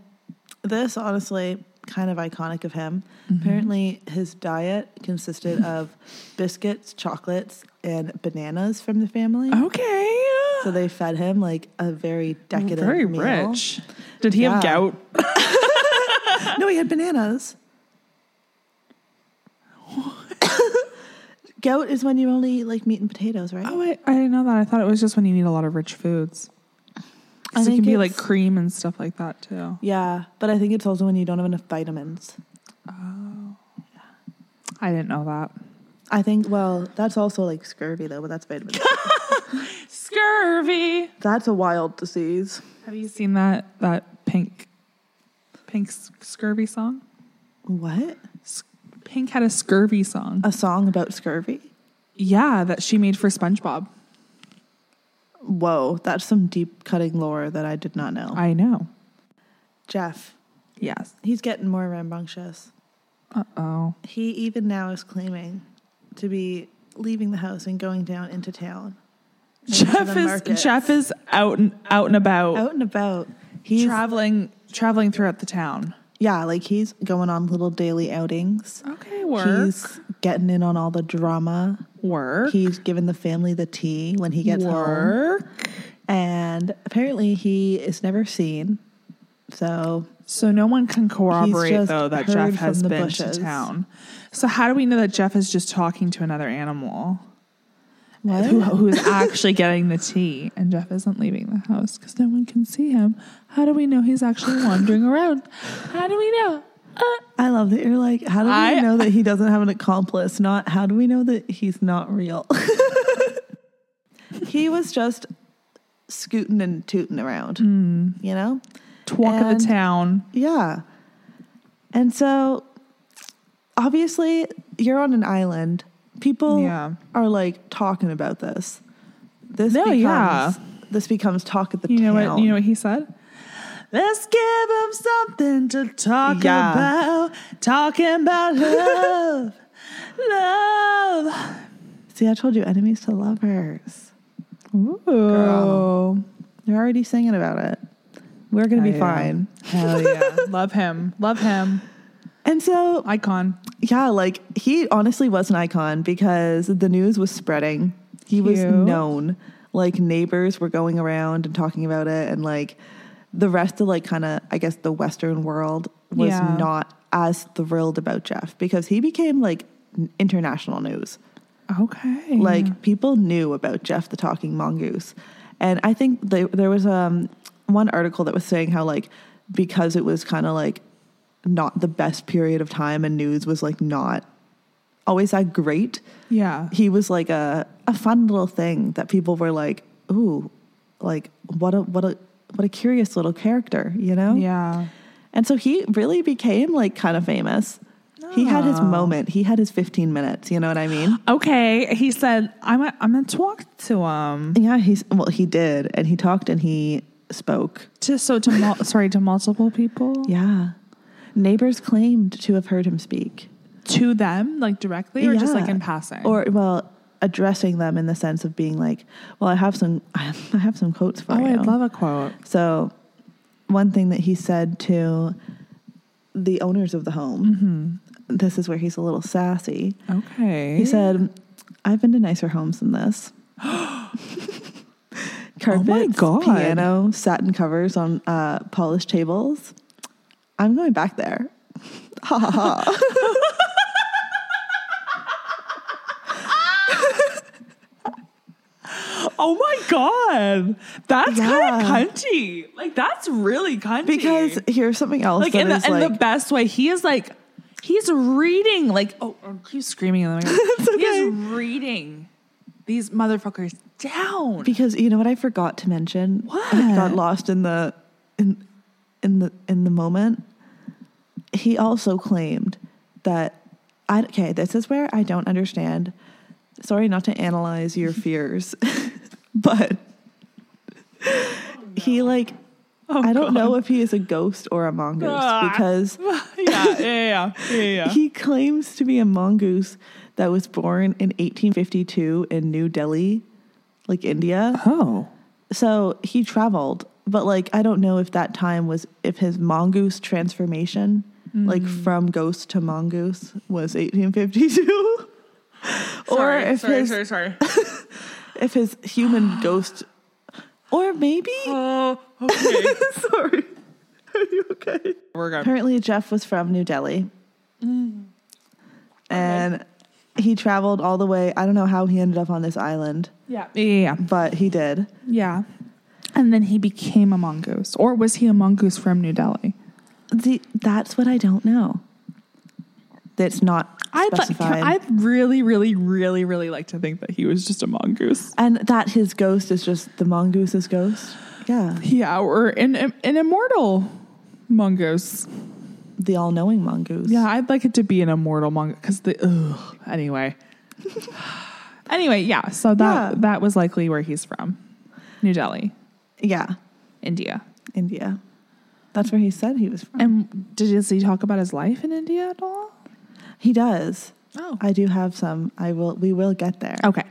this, honestly, kind of iconic of him. Apparently, his diet consisted of biscuits, chocolates, and bananas from the family.
Okay.
So they fed him like a Oh. very decadent,
Very
meal.
rich. Did he have
Yeah.
gout?
No, he had bananas. Gout is when you only eat like meat and potatoes, right?
Oh, wait, I didn't know that. I thought it was just when you eat a lot of rich foods. 'Cause
I
it can
think
be like
it's-
cream and stuff like that too.
Yeah, but I think it's also when you don't have enough vitamins.
I didn't know that.
I think, well, that's also like scurvy though, but that's vitamins.
Scurvy.
that's a wild disease.
Have you seen that that pink pink s- scurvy song?
What?
S- Pink had a scurvy song.
A song about scurvy?
Yeah, that she made for SpongeBob.
Whoa, that's some deep cutting lore that I did not know.
I know.
Jeff,
Yes.
he's getting more rambunctious.
Uh oh.
He even now is claiming to be leaving the house and going down into town. into the
Jeff is
market.
Jeff is out and out and about,
out and about. He's
traveling traveling throughout the town.
yeah, like he's going on little daily outings.
Okay,
He's getting in on all the drama.
work,
He's giving the family the tea when he gets home.
work.
And apparently he is never seen. So
So no one can corroborate
just
though that
heard
Jeff
from
has
the
been
bushes.
to town. So how do we know that Jeff is just talking to another animal
what?
who, who is actually getting the tea and Jeff isn't leaving the house because no one can see him? How do we know he's actually wandering around? How do we know?
I love that you're like, how do we
I-
know that he doesn't have an accomplice? Not how do we know that he's not real? he was just scooting and tooting around,
Hmm.
you know?
Walk of
And-
the town.
Yeah. And so obviously you're on an island. People
Yeah.
are like talking about this. This
No,
becomes,
yeah.
this becomes talk at the
You know
town.
what? You know what he said. Let's give him something to talk
Yeah.
about. Talking about love, love.
See, I told you enemies to lovers.
Ooh.
Girl. They're already singing about it. We're gonna be
Hell yeah.
fine.
Hell yeah. Love him. Love him.
And so
Icon.
yeah, like he honestly was an icon because the news was spreading. He was
Cute.
known. Like neighbors were going around and talking about it and like the rest of like kind of I guess the western world was
Yeah.
not as thrilled about Jeff because he became like n- international news.
Okay.
Like people knew about Jeff the talking mongoose, and I think they, there was um one article that was saying how like because it was kind of like not the best period of time and news was like not always that great.
yeah.
He was like a a fun little thing that people were like, ooh, like what a what a what a curious little character, you know?
Yeah.
And so he really became like kind of famous. He had his moment. He had his 15 minutes, you know what I mean?
Okay. He said, I'm a, I'm going to talk to um, him.
Yeah, he's well, he did, and he talked and he spoke.
To, so to, mul- sorry, to multiple people?
Yeah, neighbors claimed to have heard him speak,
To them, like directly or just like
Yeah.
in passing?
or well, addressing them in the sense of being like, "Well, I have some, I have, I have some quotes for
oh,
you."
I'd love a quote.
So, one thing that he said to the owners of the home,
Mm-hmm.
this is where he's a little sassy.
Okay.
He said, "I've been to nicer homes than this." Carpets,
Oh God.
piano, satin covers on uh, polished tables. I'm going back there. Ha ha ha!
Oh my God. That's
Yeah.
kind of cunty. Like, that's really cunty.
Because here's something else
like
that
in the,
is
in
like
the best way, he is like, He's reading like oh, I keep screaming. In the mic.
okay.
He's reading these motherfuckers down.
Because you know what I forgot to mention?
What?
I got lost in the in in the in the moment. He also claimed that I okay, this is where I don't understand. Sorry not to analyze your fears. but
Oh,
he like I don't know if he is a ghost or a mongoose
Ah.
because
yeah, yeah, yeah, yeah, yeah.
he claims to be a mongoose that was born in 1852 in New Delhi, like India.
oh,
So he traveled, but like I don't know if that time was if his mongoose transformation, like
Hmm.
from ghost to mongoose, was 1852, or
Sorry,
if
sorry,
his
sorry, sorry.
if his human ghost, or maybe
oh, okay.
sorry, are you okay?
We're Mm. going.
Apparently, Jeff was from New Delhi. And he traveled all the way. I don't know how he ended up on this island,
Yeah, yeah, yeah,
but he did.
yeah. And then he became a mongoose, or was he a mongoose from New Delhi?
The, that's what I don't know. That's not
I'd, like,
specified.
I'd really, really, really, really like to think that he was just a mongoose.
and that his ghost is just the mongoose's ghost. Yeah,
Yeah, or an, an immortal mongoose.
the all-knowing mongoose.
Yeah, I'd like it to be an immortal manga because the ugh, anyway. anyway, yeah. So that
Yeah.
that was likely where he's from, New Delhi,
yeah,
India.
India. That's where he said he was from.
And did does he talk about his life in India at all?
He does.
Oh,
I do have some. I will. We will get there.
okay.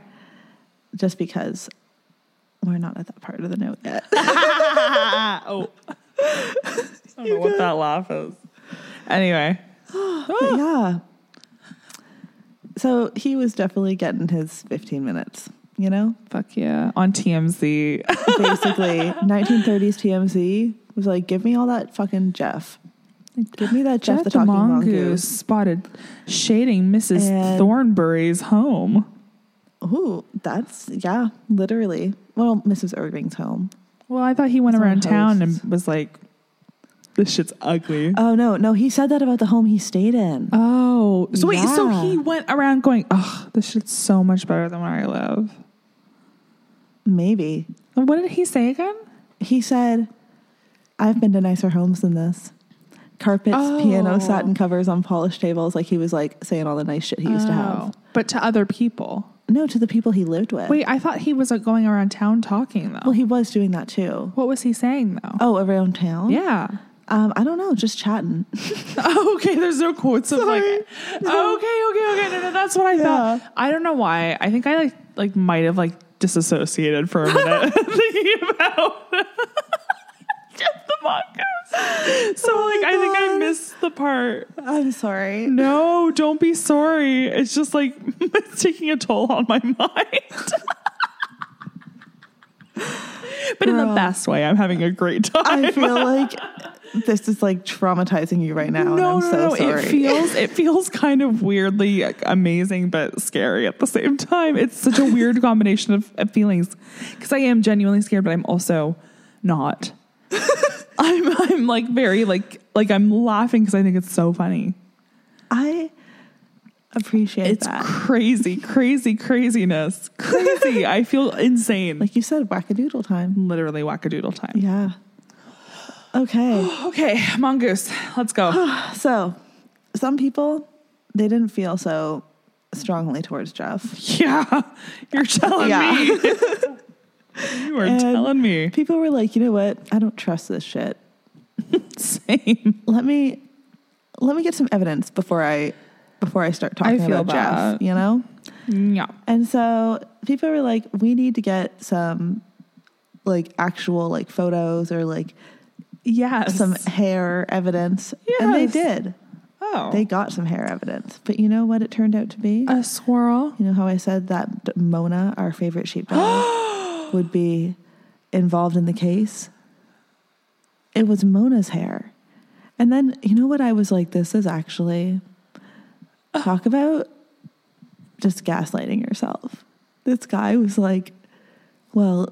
Just because we're not at that part of the note yet.
oh, I don't know what that laugh is. Anyway,
But yeah. So he was definitely getting his 15 minutes, you know?
fuck yeah, on TMZ.
Basically, 1930s TMZ was like, give me all that fucking Jeff. Give me that Jeff, the, Talking Mongoose.
spotted shading Mrs.
And-
Thornbury's home.
Ooh, that's, yeah, literally. Well, Mrs. Irving's home.
Well, I thought he went
Some
around town
hosts.
and was like, "This shit's ugly."
Oh, no, no, he said that about the home he stayed in.
oh, so wait, so
yeah.
he went around going, "Oh, this shit's so much better than where I live."
Maybe.
And what did he say again?
He said, I've been to nicer homes than this. Carpets,
Oh.
piano, satin covers on polished tables. Like he was like saying all the nice shit he used
Oh.
to have.
but to other people.
No, to the people he lived with.
Wait, I thought he was like, going around town talking though.
Well, he was doing that too.
what was he saying though?
Oh, around town?
yeah.
Um, I don't know, just chatting.
okay, there's no quotes of like. Okay, okay, okay. No, no, that's what I
Yeah.
thought. I don't know why. I think I like like might have like disassociated for a minute thinking about Jeff the Mongoose. So like I think I
Oh God.
missed the part.
I'm sorry.
No, don't be sorry. It's just like it's taking a toll on my mind. but in the
Girl.
best way, I'm having a great time.
I feel like this is like traumatizing you right now, and I'm so sorry.
It feels it feels kind of weirdly amazing but scary at the same time. It's such a weird combination of, of feelings because I am genuinely scared, but I'm also not. I'm I'm like very like like I'm laughing because I think it's so funny.
I appreciate
It's
that.
crazy, crazy, craziness, crazy. I feel insane. Like
like you said, wackadoodle time.
literally wackadoodle time.
Yeah. Okay.
Okay, mongoose, let's go.
so, some people, they didn't feel so strongly towards Jeff.
yeah, you're telling
Yeah.
me. you are
And-
telling me.
People were like, you know what? I don't trust this shit.
Same.
let me let me get some evidence before I before I start talking
I feel
about
that.
Jeff, you know?
Yeah.
And so people were like, we need to get some like actual like photos or like
Yes.
some hair evidence. And they
Yes.
did.
oh.
They got some hair evidence. But you know what it turned out to be?
a swirl.
you know how I said that d- Mona, our favorite sheepdog, would be involved in the case? It was Mona's hair. And then, you know what I was like, this is actually talk about just gaslighting yourself. This guy was like, well,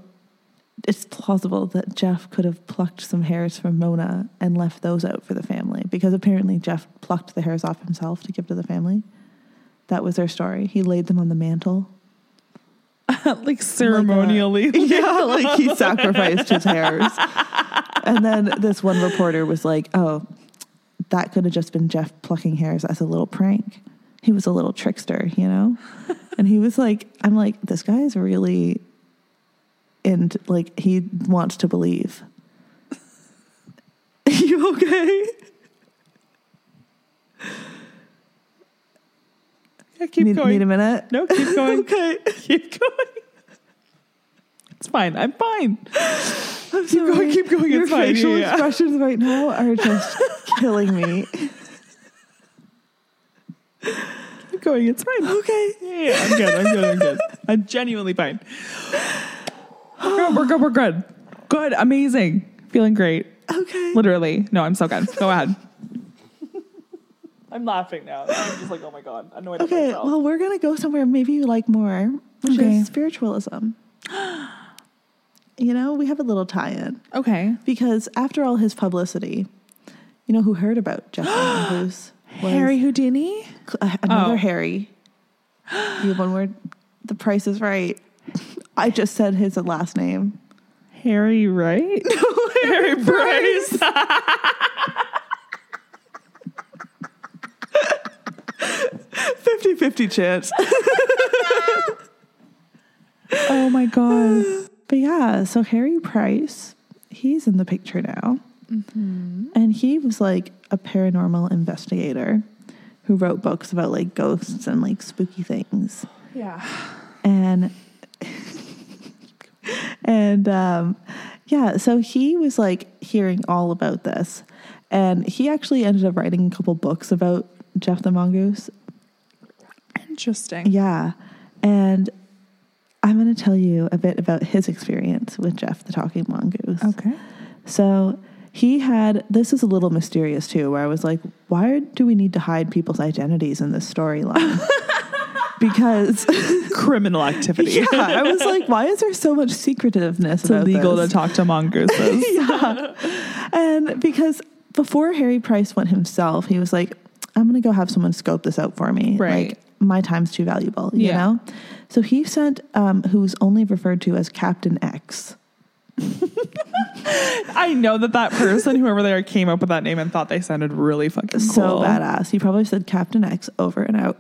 it's plausible that Jeff could have plucked some hairs from Mona and left those out for the family because apparently Jeff plucked the hairs off himself to give to the family. That was their story. He laid them on the mantle.
like ceremonially.
yeah, like he sacrificed his hairs. And then this one reporter was like, oh, that could have just been Jeff plucking hairs as a little prank. He was a little trickster, you know? And he was like, I'm like, this guy is really, and like, he wants to believe. you okay?
Yeah, keep
need,
going.
need a minute?
no, keep going.
Okay.
Keep going. It's fine. I'm fine.
I'm keep
going, keep going,
Your
it's fine,
facial
yeah.
expressions right now are just killing me.
Keep going. It's fine. Okay. Yeah, yeah, I'm good. I'm good. I'm good. I'm genuinely fine. We're good. We're good. We're good. Good. Amazing. Feeling great.
Okay.
Literally. No, I'm so good. Go ahead. I'm laughing now. I'm just like, oh my god, annoyed at
Okay.
myself.
Well, we're gonna go somewhere maybe you like more, which
Okay.
is spiritualism. you know, we have a little tie-in
okay.
because after all his publicity, you know who heard about Jeff Andrews? was
Houdini.
cl- uh, another
Oh.
Harry. You have one word. The Price is Right. I just said his last name.
Harry Wright. No, Harry Bryce.
Fifty-fifty chance.
oh my god.
But yeah, so Harry Price, he's in the picture now. And he was like a paranormal investigator who wrote books about like ghosts and like spooky things.
Yeah.
And and um yeah, so he was like hearing all about this. And he actually ended up writing a couple books about Jeff the Mongoose
Interesting.
yeah. And I'm going to tell you a bit about his experience with Jeff the Talking Mongoose.
Okay.
So he had, this is a little mysterious too, where I was like, why do we need to hide people's identities in this storyline? because,
Criminal activity.
yeah, I was like, why is there so much secretiveness
It's
about
illegal
this?
to talk to mongooses.
And because before Harry Price went himself, he was like, I'm going to go have someone scope this out for me.
Right.
Like, my time's too valuable, you
Yeah.
know? So he sent, um, who's only referred to as Captain X.
I know that that person, whoever they are, came up with that name and thought they sounded really fucking cool.
So badass. He probably said Captain X over and out.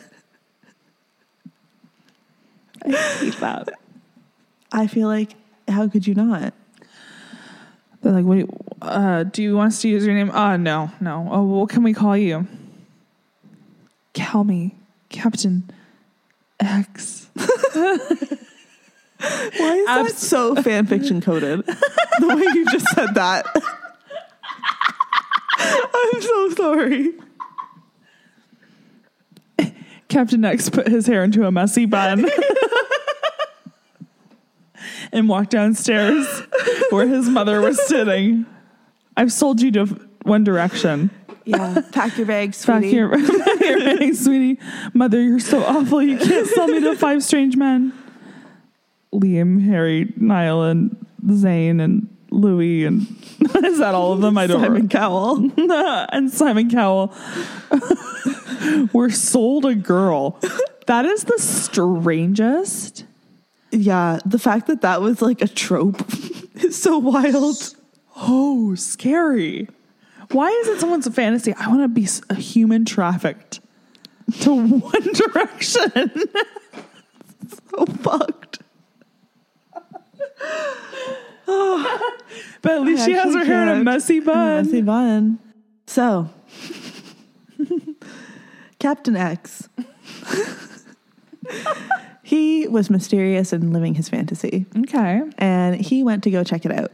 I hate that.
I feel like, how could you not?
They're like, wait, uh, do you want us to use your name? Uh, no, no. Oh, what can we call you? Call me Captain X.
Why is
that
that so fan fiction coded? the way you just said that. I'm so sorry.
Captain X put his hair into a messy bun and walked downstairs where his mother was sitting. I've sold you to One Direction.
Yeah. Pack your bags,
Back
sweetie.
here, back here, hey, sweetie. Mother, you're so awful. You can't sell me to five strange men. Liam, Harry, Niall, and Zane, and Louis, and is that all of them? I don't
Simon Cowell.
remember. and Simon Cowell. We're sold a girl. That is the strangest.
Yeah, the fact that that was like a trope is so wild.
Oh, scary. Why is it someone's fantasy? I want to be s- a human trafficked to One Direction.
So fucked.
But at least
I
she has
actually
her hair in a
can't.
messy bun.
Messy bun. So, Captain X. he was mysterious and living his fantasy,
Okay.
and he went to go check it out.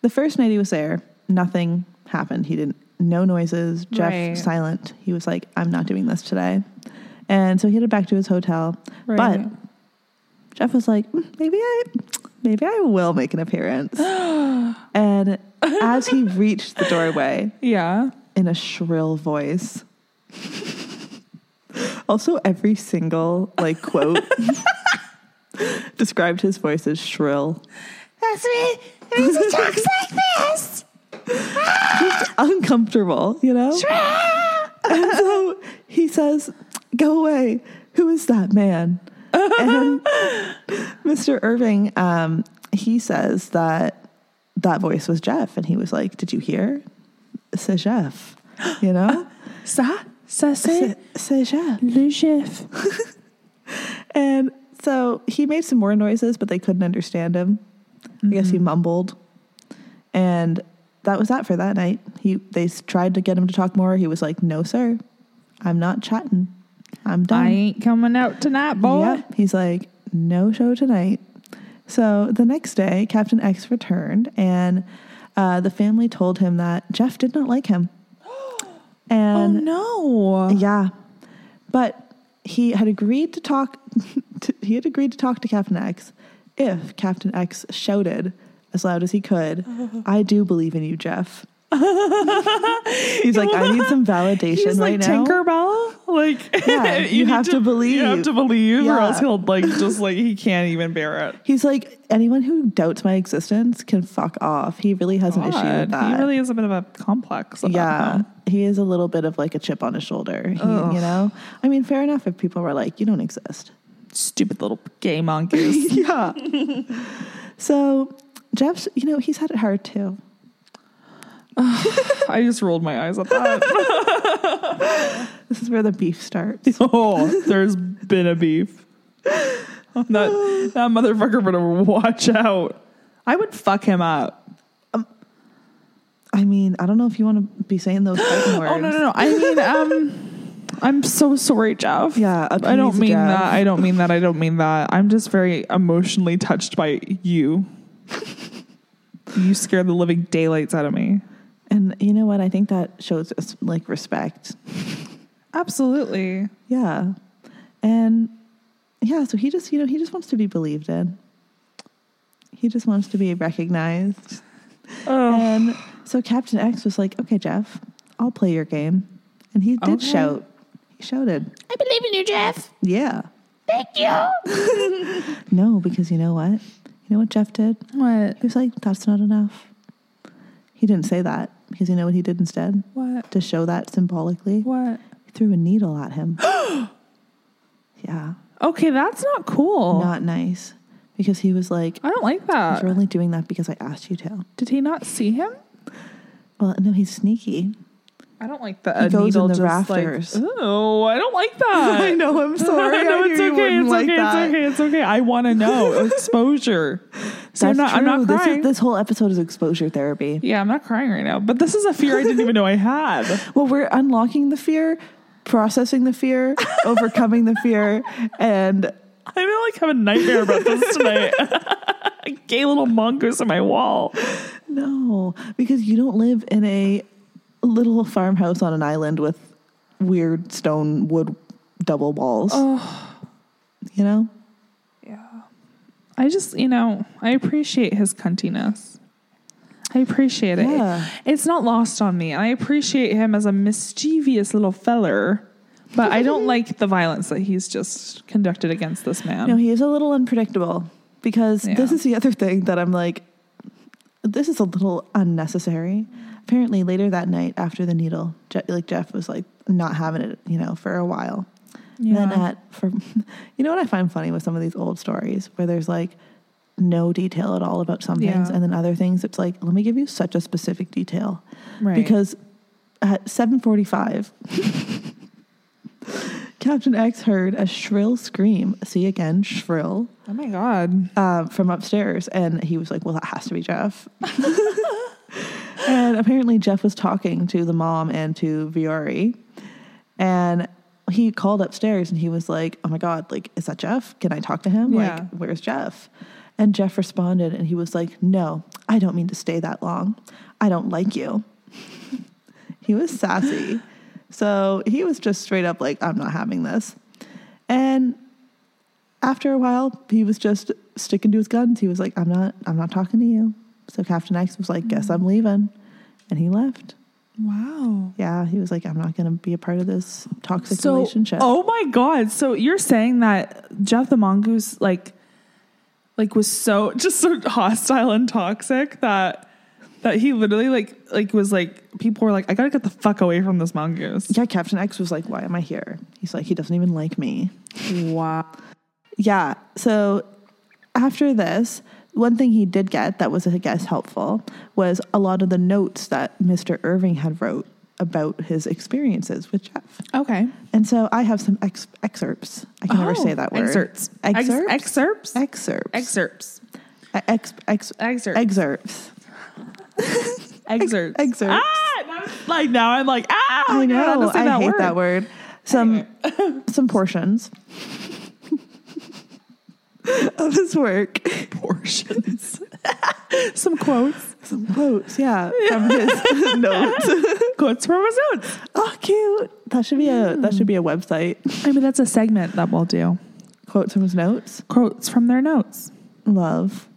The first night he was there, nothing happened. He didn't, no noises. Jeff
Right.
silent. He was like, I'm not doing this today. And so he headed back to his hotel.
Right.
But Jeff was like, "Mm, maybe I, maybe I will make an appearance. and as he reached the doorway,
Yeah.
in a shrill voice. also, every single like quote described his voice as shrill.
That's me. It means he talks like this.
just uncomfortable, you know? and so he says, Go away. Who is that man? and Mr. Irving, um, he says that that voice was Jeff. And he was like, Did you hear? C'est Jeff. You know?
Ça, ça
C'est
c'est
c'est Jeff.
le chef.
And so he made some more noises, but they couldn't understand him. I guess he mumbled, and that was that for that night. He they s- tried to get him to talk more. He was like, "No, sir, I'm not chatting. I'm done."
I ain't coming out tonight, boy.
Yep. He's like, "No show tonight." So the next day, Captain X returned, and uh, the family told him that Jeff did not like him,
Oh
and
no.
yeah, but he had agreed to talk. To, he had agreed to talk to Captain X if Captain X shouted as loud as he could,
Uh-huh.
"I do believe in you, Jeff." He's like, "I need some validation
He's
right
like
now."
Tinkerbell. Like
Yeah, you
need
have to believe.
You have to believe, or
Yeah.
else he'll like just like he can't even bear it.
He's like, "Anyone who doubts my existence can fuck off." He really has an issue
God,
with that.
He really is a bit of a complex. About
yeah,
him.
he is a little bit of like a chip on his shoulder. He- you know, I mean, fair enough if people were like, "You don't exist."
Stupid little gay monkeys.
yeah. So Jeff's, you know, he's had it hard too.
I just rolled my eyes at that.
This is where the beef starts.
oh, there's been a beef. That that motherfucker better watch out. I would fuck him up.
I mean, I don't know if you want to be saying those fighting words.
Oh no no no! I mean, um, I'm so sorry, Jeff.
Yeah,
I don't
appease
mean
Jeff.
that. I don't mean that. I don't mean that. I'm just very emotionally touched by you. you scared the living daylights out of me.
And you know what? I think that shows us like respect.
Absolutely.
Yeah. And yeah, so he just, you know, he just wants to be believed in. He just wants to be recognized.
Oh,
And so Captain X was like, "Okay, Jeff, I'll play your game." And he did
Okay.
shout. He shouted.
I believe in you, Jeff.
Yeah.
Thank you.
No, because you know what? You know what Jeff did?
what?
He was like, that's not enough. He didn't say that because you know what he did instead?
What?
To show that symbolically,
What?
he threw a needle at him. yeah,
Okay, that's not cool.
not nice. Because he was like,
I don't like that.
you're only doing that because I asked you to.
Did he not see him?
Well, no, he's sneaky.
I don't like that.
He
a
goes in
needle
the
just
rafters.
Like, oh, I don't like that.
know, I'm
no, it's okay. It's okay. It's okay. It's okay. I want to know exposure. So I'm
That's
not. I'm not
true. This,
crying.
is, this whole episode is exposure therapy.
yeah, I'm not crying right now. But this is a fear I didn't even know I had.
Well, we're unlocking the fear, processing the fear, overcoming the fear, and
I feel like having a nightmare about this tonight. Gay little mongoose on my wall.
No, because you don't live in a little farmhouse on an island with weird stone wood double walls. You know?
I just, you know, I appreciate his cuntiness. I appreciate it.
Yeah.
It's not lost on me. I appreciate him as a mischievous little feller, but I don't like the violence that he's just conducted against this man.
No, he is a little unpredictable because this
Um, Yeah.
is the other thing that I'm like, this is a little unnecessary. Apparently, later that night after the needle, Je- like Jeff was like not having it, you know, for a while.
yeah.
And then at for, you know what I find funny with some of these old stories where there's like no detail at all about some things,
Yeah.
and then other things it's like let me give you such a specific detail
right.
because at seven forty-five, Captain X heard a shrill scream. See again, shrill
oh my god,
uh, from upstairs, and he was like, "Well, that has to be Jeff." and apparently, Jeff was talking to the mom and to Viore, and he called upstairs and he was like, "Oh my god, like, is that Jeff? Can I talk to him?
Yeah.
Like, where's Jeff?" And Jeff responded, and he was like, "No, I don't mean to stay that long. I don't like you." he was sassy, so he was just straight up like, "I'm not having this," and after a while, he was just sticking to his guns. He was like, "I'm not, I'm not talking to you." So Captain X was like, "Guess I'm leaving," and he left.
wow.
Yeah, he was like, "I'm not going to be a part of this toxic
So,
relationship."
oh my god. So you're saying that Jeff the mongoose, like, like was so just so hostile and toxic that that he literally like like was like people were like, I gotta get the fuck away from this mongoose.
Yeah, Captain X was like, Why am I here? He's like, He doesn't even like me.
Wow.
Yeah. So after this, one thing he did get that was, I guess, helpful was a lot of the notes that Mr. Irving had wrote about his experiences with Jeff.
Okay.
And so I have some ex- excerpts. I can never
Oh,
say that word.
Excerpts. Ex-
Excerpts.
excerpts.
excerpts. E-,
Excerpts.
ex- ex-
Excerpts.
excerpts.
Excerpts.
excerpts.
Ah, now I'm- like now I'm like ah.
I know.
God,
I,
say
hate that word. Some some portions of his work.
Portions. Some quotes.
Some quotes, yeah, from his notes.
quotes from his notes.
Oh, cute! That should be a that should be a website.
Maybe that's a segment that we'll do.
Quotes from his notes.
Quotes from their notes.
Love.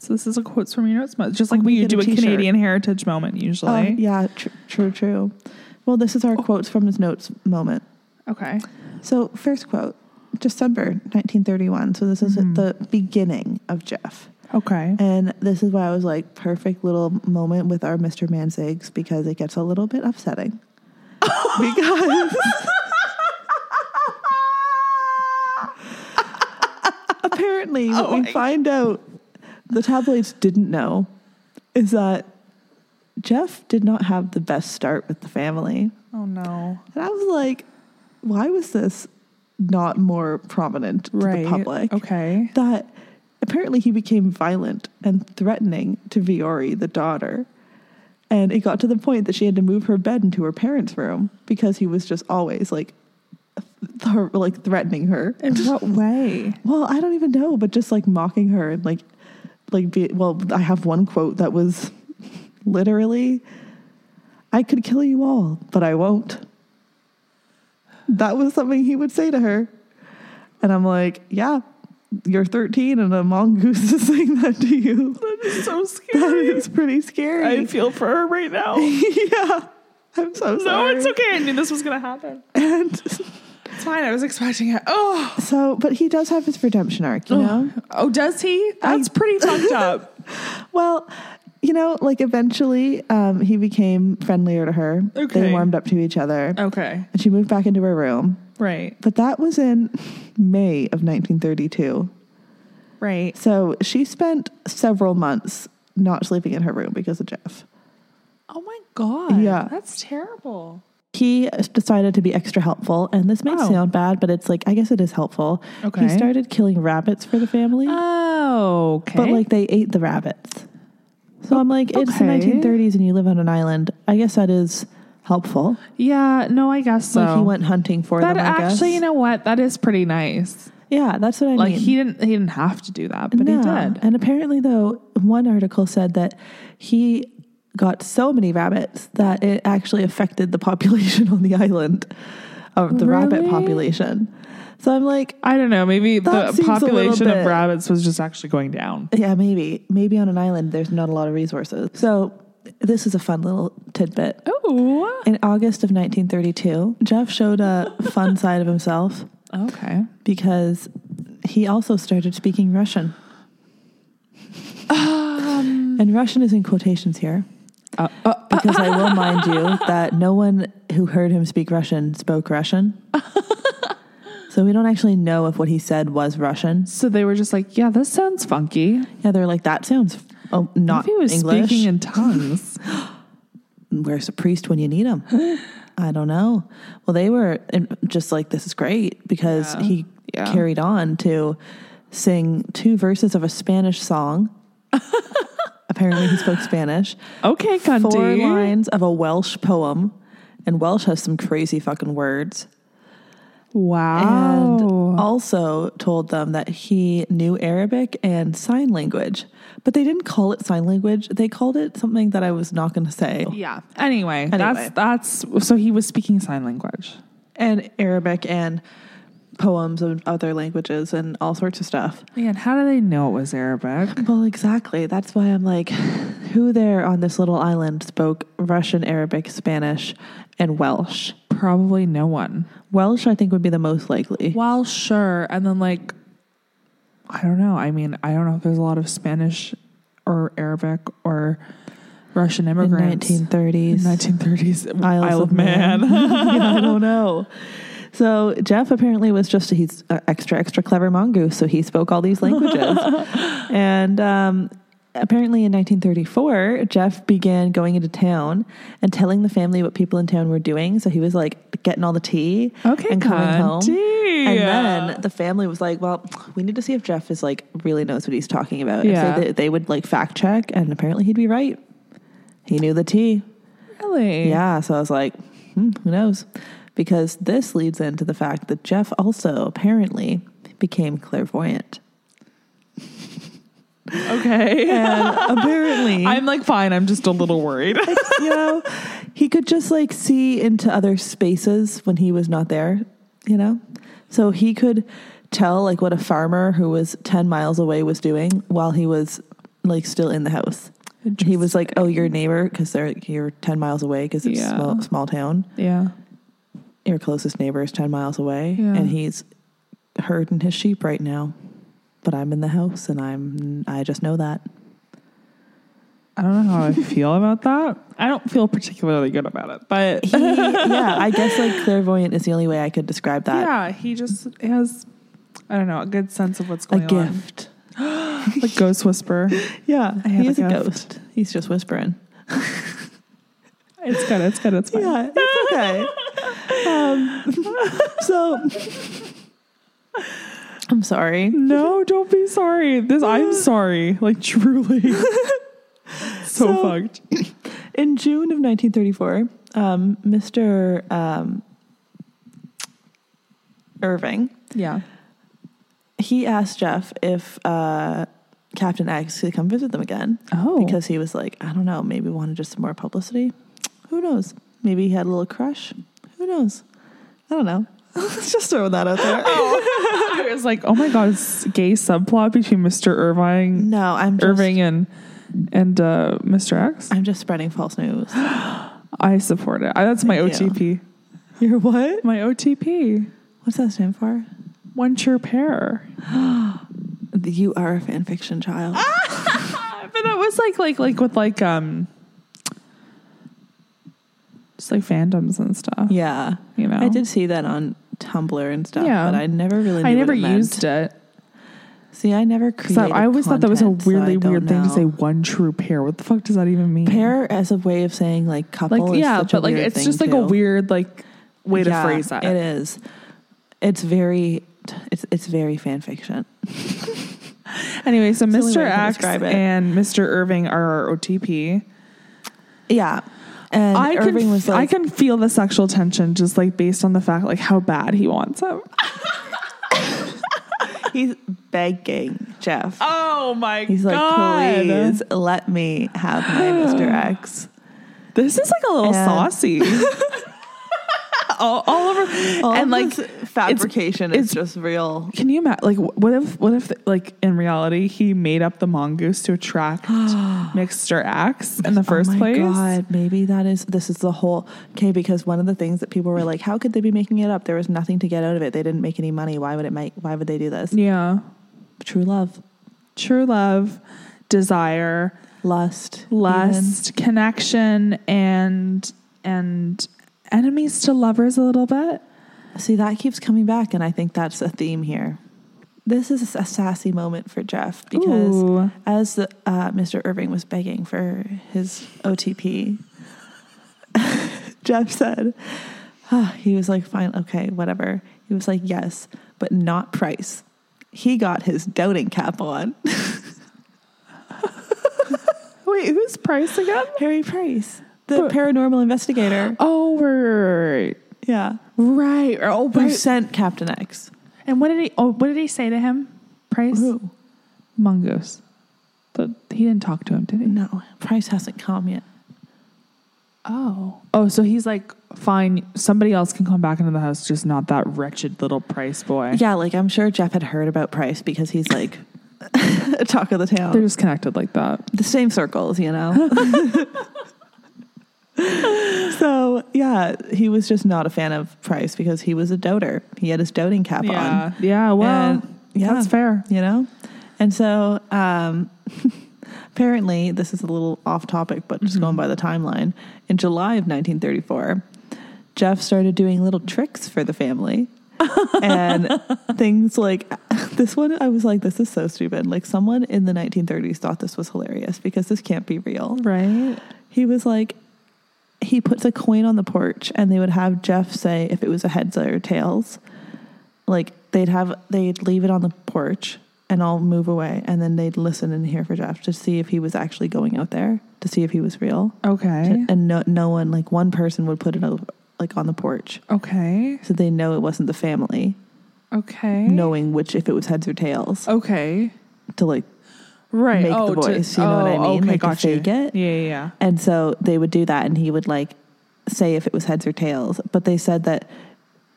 So this is a quotes from your notes, month, just like
Oh,
we
we get
do
a
a Um,
t-shirt.
Canadian Heritage moment
Oh,
usually.
yeah, tr- true, true. Well, this is our
Oh.
quotes from his notes moment.
Okay.
So, first quote, December 1931. So, this is
Hmm.
at the beginning of Jeff.
Okay.
And this is why I was like, perfect little moment with our Mr. Manzigs because it gets a little bit upsetting. because apparently, what
Oh my-
we find out the tabloids didn't know is that Jeff did not have the best start with the family.
Oh no.
And I was like, why was this not more prominent to
Right.
the public?
Okay.
That apparently he became violent and threatening to Viore, the daughter. And it got to the point that she had to move her bed into her parents' room because he was just always like, th- like threatening her.
In what way?
Well, I don't even know, but just like mocking her and like, like be well. I have one quote that was literally, "I could kill you all, but I won't." That was something he would say to her, and I'm like, "Yeah, you're 13, and a mongoose is saying that to you.
So
That
scary.
is pretty scary."
I feel for her right now. no,
yeah, I'm so sorry.
it's okay. I knew this was gonna happen.
And
It's fine. I was expecting it. Oh.
so, but he does have his redemption arc, you know.
Oh, does he? That's pretty fucked up.
Well, you know, like eventually um, he became friendlier to her.
Okay. Oh.
They warmed up to each other.
Okay.
And she moved back into her room.
Right.
But that was in May of 1932.
Right.
So she spent several months not sleeping in her room because of Jeff.
Oh my god.
Yeah.
That's terrible.
He decided to be extra helpful, and this may
Oh.
sound bad, but it's like I guess it is helpful.
Okay.
He started killing rabbits for the family,
Oh, okay.
but like they ate the rabbits. So I'm like, it's the
okay.
1930s, and you live on an island. I guess that is helpful.
yeah, no, I guess so.
Like he went hunting for
that
them. I
actually,
guess.
you know what? That is pretty nice.
yeah, that's what I
Like
mean.
he didn't he didn't have to do that, but
No.
he did.
And apparently, though, one article said that he got so many rabbits that it actually affected the population on the island of the rabbit
Really?
population. So I'm like,
I don't know. Maybe
That
the
seems a little
population of
bit-
rabbits was just actually going down.
yeah, maybe, maybe on an island there's not a lot of resources. So this is a fun little tidbit.
Oh,
In August of 1932, Jeff showed a fun side of himself
okay.
because he also started speaking Russian.
Um.
and Russian is in quotations here.
Uh,
because I will mind you that no one who heard him speak Russian spoke Russian. so we don't actually know if what he said was Russian.
So they were just like, yeah, this sounds funky.
Yeah, they're like, that sounds oh, not
If he was
English.
speaking in tongues,
Where's the priest when you need him? I don't know. Well, they were and just like, this is great because
Yeah.
he
Yeah.
carried on to sing two verses of a Spanish song. Apparently, he spoke Spanish.
okay, Gundy.
Four lines of a Welsh poem, and Welsh has some crazy fucking words.
Wow.
And
Oh.
also told them that he knew Arabic and sign language, but they didn't call it sign language. They called it something that I was not going to say.
yeah. Anyway,
Anyway.
that's that's so he was speaking sign language.
and Arabic and poems of other languages and all sorts of stuff.
Man, how do they know it was Arabic?
Well, exactly. That's why I'm like, who there on this little island spoke Russian, Arabic, Spanish, and Welsh?
Probably no one.
Welsh, I think, would be the most likely.
Well, sure. And then like I don't know. I mean, I don't know if there's a lot of Spanish or Arabic or Russian immigrants.
in 1930s.
1930s.
Isles of Yeah, I don't know. So Jeff apparently was just he's an extra extra clever mongoose, so he spoke all these languages. and um, apparently in 1934, Jeff began going into town and telling the family what people in town were doing. So he was like getting all the tea
Okay,
and coming home.
Conti.
And then the family was like, "Well, we need to see if Jeff is like really knows what he's talking about." And
Yeah.
So they, they would like fact check, and apparently he'd be right. He knew the tea.
Really?
Yeah, so I was like, hmm, who knows? Because this leads into the fact that Jeff also apparently became clairvoyant.
Okay.
And apparently,
I'm like fine. I'm just a little worried.
you know, he could just like see into other spaces when he was not there, you know? So he could tell like what a farmer who was 10 miles away was doing while he was like still in the house. He was like, "Oh, your neighbor, because they're you're ten miles away, because it's
Yeah.
small small town."
yeah.
your closest neighbor is 10 miles away
Yeah.
and he's herding his sheep right now but i'm in the house and i'm i just know that
I don't know how I feel about that. I don't feel particularly good about it, but
he, yeah i guess like clairvoyant is the only way i could describe that
yeah, he just has I don't know a good sense of what's
a
going on.
gift
like ghost whisper.
yeah
I have
he
a
is a,
gift.
ghost he's just whispering
It's good. It's good. It's fine.
yeah it's okay um, so i'm sorry
No, don't be sorry. This I'm sorry. Like truly. so,
So-
fucked.
In June of 1934, um, Mr. Um, Irving,
Yeah.
he asked Jeff if uh, Captain X could come visit them again.
Oh.
Because he was like, I don't know, maybe wanted just some more publicity. Who knows? Maybe he had a little crush. Who knows? I don't know. Let's just throw that out there.
Oh. I was like, oh my god, it's gay subplot between Mr. Irving
No, I'm Mm, just,
Irving and and uh, Mr. X.
I'm just spreading false news.
I support it. I, that's my
Thank you.
OTP.
You're what?
My OTP.
What's that stand for?
Once your pair.
You are a fan fiction child.
But that was like like like with like um just like fandoms and stuff.
Yeah.
You know.
I did see that on Tumblr and stuff,
Yeah.
but I never really. Knew
I never
what it meant.
used it.
See, I never created.
So I always thought that was a
content, so
weirdly
I don't
weird thing to
know.
say one true pair. What the fuck does that even mean?
Pair as a way of saying like couple.
Like
is
yeah,
such a
but like
weird
it's
thing,
just like a
too.
weird like way to
Yeah,
phrase that.
It is. It's very. It's it's very fan fiction.
Anyway, so
the only way
Mr.
I can
Axe
describe it.
and Mr. Irving are our OTP.
Yeah, and
I can,
Irving was
f- I
like,
can feel the sexual tension just like based on the fact like how bad he wants him.
he's begging Jeff.
Oh my
He's like, please let me have my Mr. X.
This is like a little
And-
saucy. all, all over
All
and like
fabrication
it's-
is just real.
Can you imagine? Like, wh- what if, what if, like, in reality, he made up the mongoose to attract Mr. Axe in the first
oh my
place?
God, maybe that is this is the whole okay. Because one of the things that people were like, how could they be making it up? There was nothing to get out of it. They didn't make any money. Why would it make? Why would they do this?
Yeah.
True love,
True love, desire,
lust,
lust, connection, and, and enemies to lovers a little bit.
even. See, that keeps coming back, and I think that's a theme here. This is a sassy moment for Jeff because
Ooh.
as the, uh, Mr. Irving was begging for his OTP, Jeff said, ah, he was like, fine, okay, whatever. He was like, yes, but not price. He got his doubting cap on.
Wait, who's Price again?
Harry Price, the
But-
paranormal investigator.
Oh, right.
Yeah.
Right. Oh,
Who
right.
sent Captain X?
And what did he, oh, what did he say to him? Price?
Who?
Mongoose. But he didn't talk to him, did he?
No, Price hasn't come yet.
Oh. Oh, so he's like, fine, somebody else can come back into the house, just not that wretched little price boy.
Yeah, like I'm sure Jeff had heard about Price because he's like a talk of the town.
They're just connected like that.
the same circles, you know. so yeah, he was just not a fan of Price because he was a doter. He had his doting cap on.
Yeah, well,
And- yeah.
that's fair.
You know? And so um Apparently, this is a little off topic, but just going by the timeline. In July of 1934, Jeff started doing little tricks for the family. and things like this one, I was like, this is so stupid. Like, someone in the 1930s thought this was hilarious because this can't be real.
Right.
He was like, he puts a coin on the porch and they would have Jeff say if it was a heads or tails. Like they'd have they'd leave it on the porch and I'll move away and then they'd listen and hear for Jeff to see if he was actually going out there, to see if he was real.
Okay.
And no no one like one person would put it over like on the porch.
Okay.
So they know it wasn't the family,
Okay.
knowing which if it was heads or tails
Okay.
to like
Right.
Make the
oh, to-
voice, you know what I
oh,
mean?
Okay,
Like, to
gotcha.
fake it.
Yeah, yeah, yeah.
And so they would do that, and he would like say if it was heads or tails. But they said that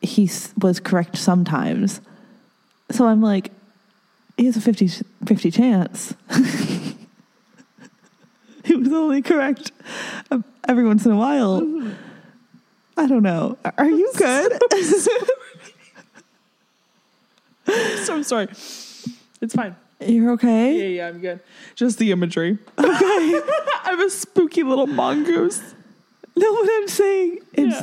he s- was correct sometimes. So I'm like, he has a 50, 50 chance. he was only correct um, every once in a while. I don't know. Are you good?
So I'm sorry. It's fine.
You're okay?
Yeah, yeah, I'm good. Just the imagery. Okay. I'm a spooky little mongoose.
No, what I'm saying is
Yeah.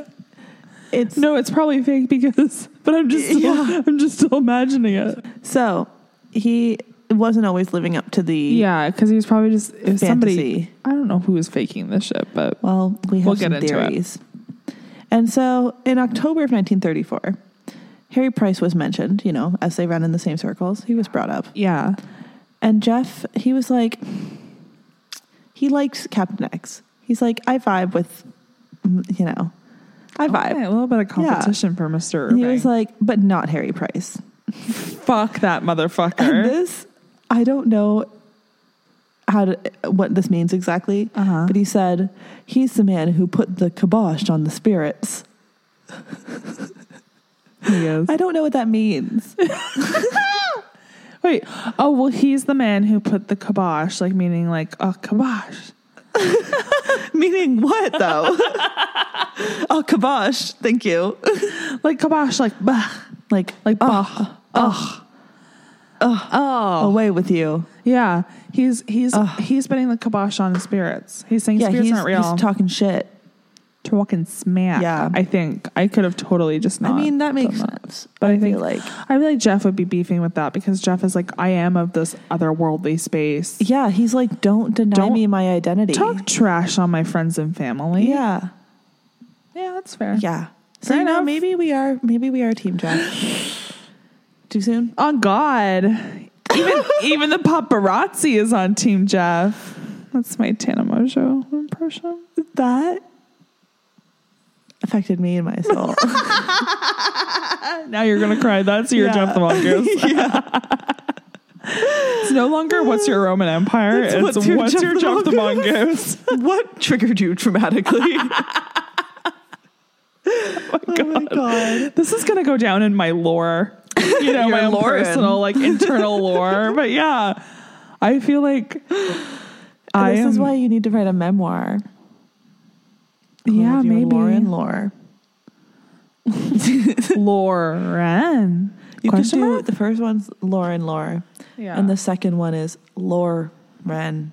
it's
No, it's probably fake because but I'm just still,
Yeah.
I'm just still imagining it.
so he wasn't always living up to the
Yeah, because he was probably just if somebody
Fantasy.
I don't know who was faking this shit, but
Well, we have
We'll
some
get into it.
theories. And so in October of 1934, Harry Price was mentioned, you know, as they ran in the same circles. He was brought up.
yeah.
And Jeff, he was like, he likes Captain X. He's like, I vibe with, mm, you know, I vibe.
Okay, a little bit of
Yeah.
competition for Mr.
And
Irving.
he was like, but not Harry Price.
Fuck that
And
motherfucker.
this, I don't know how to what this means exactly,
Uh-huh.
but he said he's the man who put the kibosh on the spirits.
he is.
I don't know what that means.
Wait. Oh well, he's the man who put the kibosh, like meaning like a kibosh.
Meaning what though? oh, kibosh. Thank you.
like kibosh, like bah,
Like
like bah, ugh, oh,
away with you.
yeah. He's he's he's putting the kibosh on his spirits. He's saying
Yeah,
spirits
he's,
aren't real.
he's talking shit.
Talking smack.
Yeah.
I think I could have totally just not.
I mean, that makes
done
sense.
But I,
feel
think
like
I feel like Jeff would be beefing with that because Jeff is like, I am of this otherworldly space.
yeah, he's like, don't deny
Don't
me my identity.
Talk trash on my friends and family.
Yeah,
yeah, that's fair.
yeah. So
Fair
you know,
enough.
maybe we are, maybe we are team Jeff. Too soon.
On Oh, God. Even even the paparazzi is on Team Jeff. That's my Tana Mojo impression.
That affected me and my soul.
Now you're gonna cry. That's your
Yeah.
Jeff the Mongoose. it's no longer what's your Roman Empire.
It's
it's what's your, Jeff, the Mongoose.
what triggered you traumatically? oh my god.
this is gonna go down in my lore. You know,
Your
my own
Lauren.
personal, like internal lore. But yeah. I feel like I
this is
am-
why you need to write a memoir.
yeah,
Called your
maybe
Lauren Lore.
Lauren.
You
Question
can do
mark?
the first one's Lauren Lore,
Yeah.
and the second one is Lauren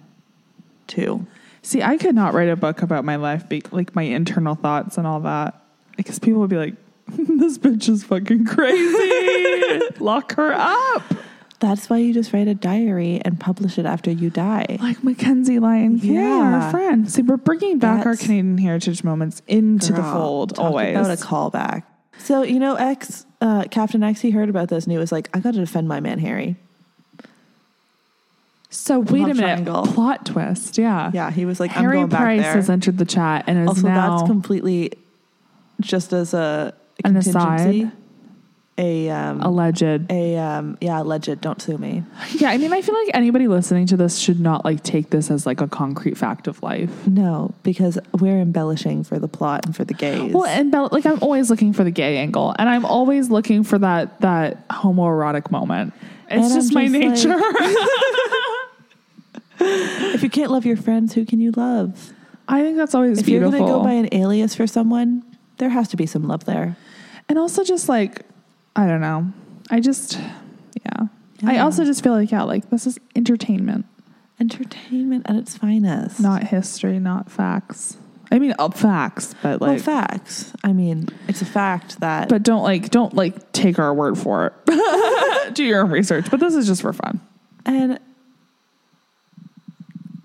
Two.
See, I could not write a book about my life, be- like my internal thoughts and all that, because people would be like, "This bitch is fucking crazy. Lock her up."
That's why you just write a diary and publish it after you die.
Like Mackenzie Lyon King,
Yeah.
our friend. See, we're bringing back our
That's-
Canadian heritage moments into the
Girl,
fold
talk
always.
about a callback. So you know, X uh, Captain X, he heard about this and he was like, "I got to defend my man Harry."
so wait
Love
a minute,
triangle.
plot twist. Yeah,
Yeah, he was like,
Harry
"I'm going
Price
back there."
has entered the chat and is
also,
now
that's completely just as a
An
contingency,
aside.
a um,
alleged.
a um yeah legit don't sue me
Yeah, I mean, I feel like anybody listening to this should not like take this as like a concrete fact of life.
no because we're embellishing for the plot and for the gays
Well, and Bella, like I'm always looking for the gay angle, and I'm always looking for that that homoerotic moment.
And
It's
I'm
just my
just
nature.
like- if you can't love your friends who can you love
I think that's always
if
beautiful.
you're gonna go by an alias for someone there has to be some love there
and also just like I don't know. I just yeah. I also just feel like yeah, like this is entertainment.
Entertainment at its finest.
Not history, not facts. I mean, uh, facts, but
well,
like,
facts. I mean, it's a fact that
but don't like, don't like take our word for it. Do your own research. But this is just for fun.
and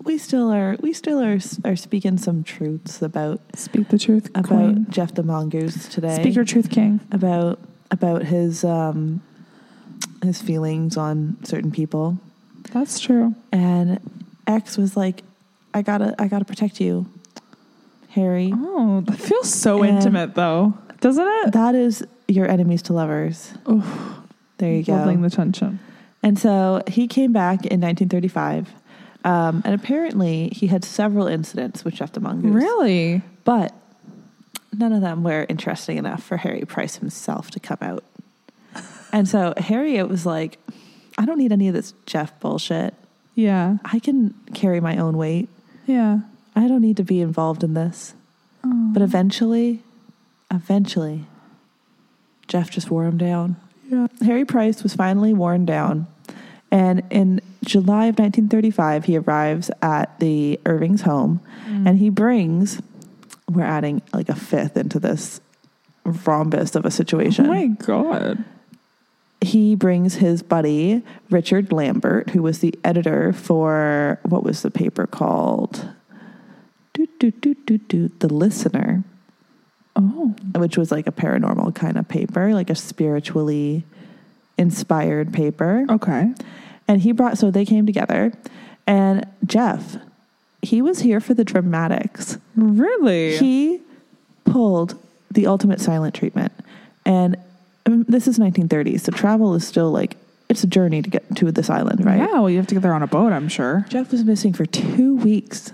we still are we still are are speaking some truths about
Speak the truth,
about
queen.
Jeff the mongoose today.
Speak your truth, king.
about about his um his feelings on certain people
That's true.
and X was like I got to I got to protect you Harry
Oh, that feels so
And-
intimate, though, doesn't it?
that is your enemies to lovers there you go
Loving the tension.
And so he came back in 1935. Um, and apparently he had several incidents with Jeff the Mongoose.
Really?
But none of them were interesting enough for Harry Price himself to come out. and so Harry it was like, I don't need any of this Jeff bullshit.
Yeah.
I can carry my own weight.
Yeah.
I don't need to be involved in this. But eventually, eventually, Jeff just wore him down.
Yeah.
Harry Price was finally worn down. And in July of 1935, he arrives at the Irving's home
Mm.
and he brings, we're adding like a fifth into this rhombus of a situation.
Oh my god.
He brings his buddy, Richard Lambert, who was the editor for what was the paper called? Do, do, do, do, do, the Listener,
Oh.
which was like a paranormal kind of paper, like a spiritually inspired paper.
Okay.
And he brought, so they came together. And Jeff, he was here for the dramatics.
Really?
He pulled the ultimate silent treatment. And um, this is 1930s, so travel is still like, it's a journey to get to this island, right?
Yeah. Well, you have to get there on a boat. I'm sure.
Jeff was missing for two weeks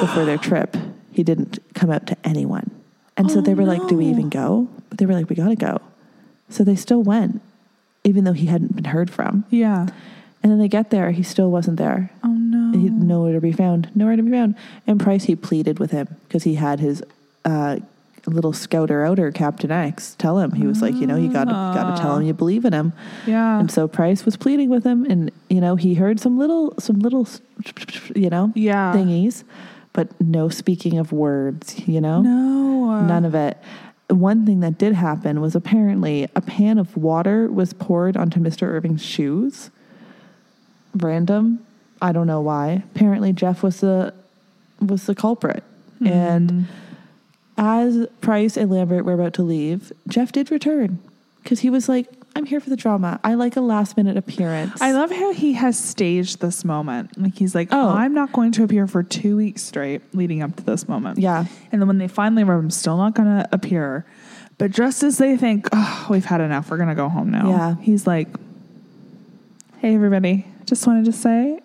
before their trip. He didn't come out to anyone. And so they were like, Do we even go? But they were like, We gotta go. So they still went, even though he hadn't been heard from.
Yeah.
And then they get there, he still wasn't there.
Oh no.
He nowhere to be found. Nowhere to be found. And Price, he pleaded with him because he had his uh, little scouter outer Captain X tell him. He was like, you know, you gotta gotta tell him you believe in him.
Ah. Yeah.
And so Price was pleading with him, and you know, he heard some little some little you know
Yeah.
thingies, but no speaking of words. You know,
no.
None of it. One thing that did happen was apparently a pan of water was poured onto Mr. Irving's shoes. Random. I don't know why. Apparently Jeff was the was the culprit.
Hmm.
And as Price and Lambert were about to leave, Jeff did return cuz he was like, I'm here for the drama. I like a last minute appearance.
I love how he has staged this moment. Like he's like, "Oh,
Oh.
I'm not going to appear for two weeks straight leading up to this moment."
Yeah.
And then when they finally arrive, I'm still not going to appear. But just as they think, "Oh, we've had enough. We're going to go home now."
Yeah.
He's like, "Hey, everybody! Just wanted to say,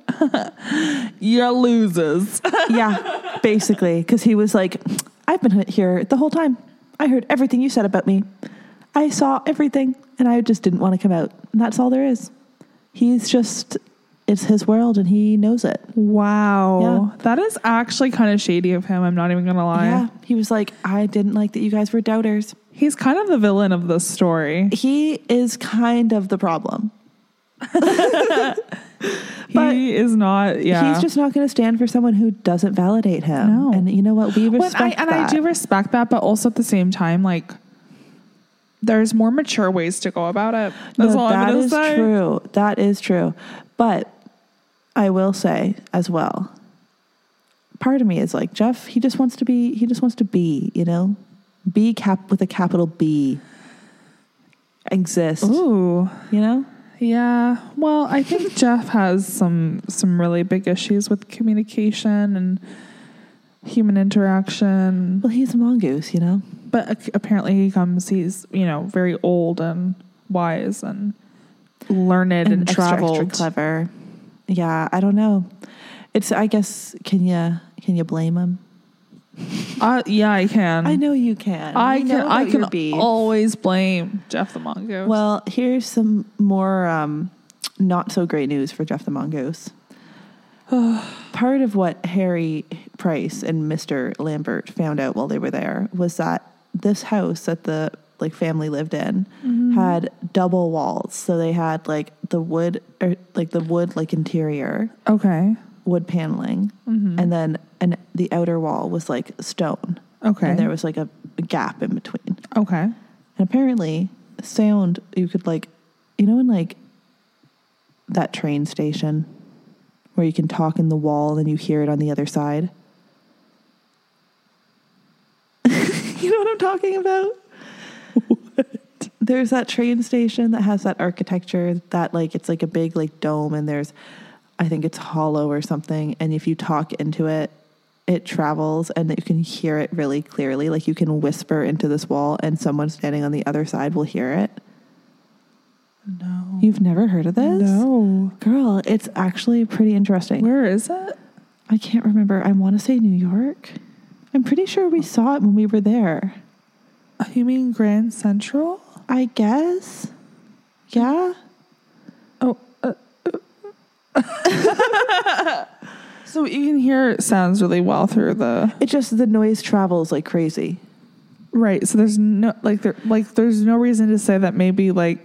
you're losers."
yeah, basically, because he was like, I've been here the whole time. I heard everything you said about me. I saw everything, and I just didn't want to come out. And that's all there is. He's just, it's his world, and he knows it.
wow. That is actually kind of shady of him. I'm not even going to lie.
yeah. He was like, I didn't like that you guys were doubters.
He's kind of the villain of this story.
He is kind of the problem. But-
he is not. Yeah.
He's just not going to stand for someone who doesn't validate him.
No.
And you know what? We
Well, and
respect
I, and
that.
I do respect that, but also at the same time, like there's more mature ways to go about it. That's
No,
all I'm
that
gonna
is
say.
true. That is true. But I will say as well, part of me is like Jeff. He just wants to be. He just wants to be. You know, be cap with a capital B. Exist.
Ooh,
You know.
yeah. Well, I think Jeff has some some really big issues with communication and human interaction.
Well, he's a mongoose. You know.
But ac- apparently, he comes. He's you know very old and wise and learned and,
extra, extra
traveled.
clever. Yeah, I don't know. It's. I guess. Can you? Can you blame him?
Uh, yeah, I can.
I know you can.
I
We
can.
know
I
about
can
your beef.
always blame Jeff the mongoose.
Well, here's some more um, not so great news for Jeff the Mongoose. Part of what Harry Price and Mr. Lambert found out while they were there was that this house that the like family lived in had double er, walls. So they had like the wood or like the wood like interior
okay.
wood paneling, and then and the outer wall was like stone.
Okay.
and there was like a, a gap in between.
Okay.
And apparently, sound you could like, you know, in like that train station where you can talk in the wall and you hear it on the other side. you know what I'm talking about? There's that train station that has that architecture that like it's like a big like dome and there's I think it's hollow or something and if you talk into it it travels and you can hear it really clearly like you can whisper into this wall and someone standing on the other side will hear it.
No.
You've never heard of this?
No.
Girl, it's actually pretty interesting.
Where is it?
I can't remember. I want to say New York. I'm pretty sure we saw it when we were there.
You mean Grand Central?
I guess. Yeah.
Oh. Uh, uh. so you can hear sounds really well through the
It just the noise travels like crazy.
right. So there's no like there like there's no reason to say that maybe like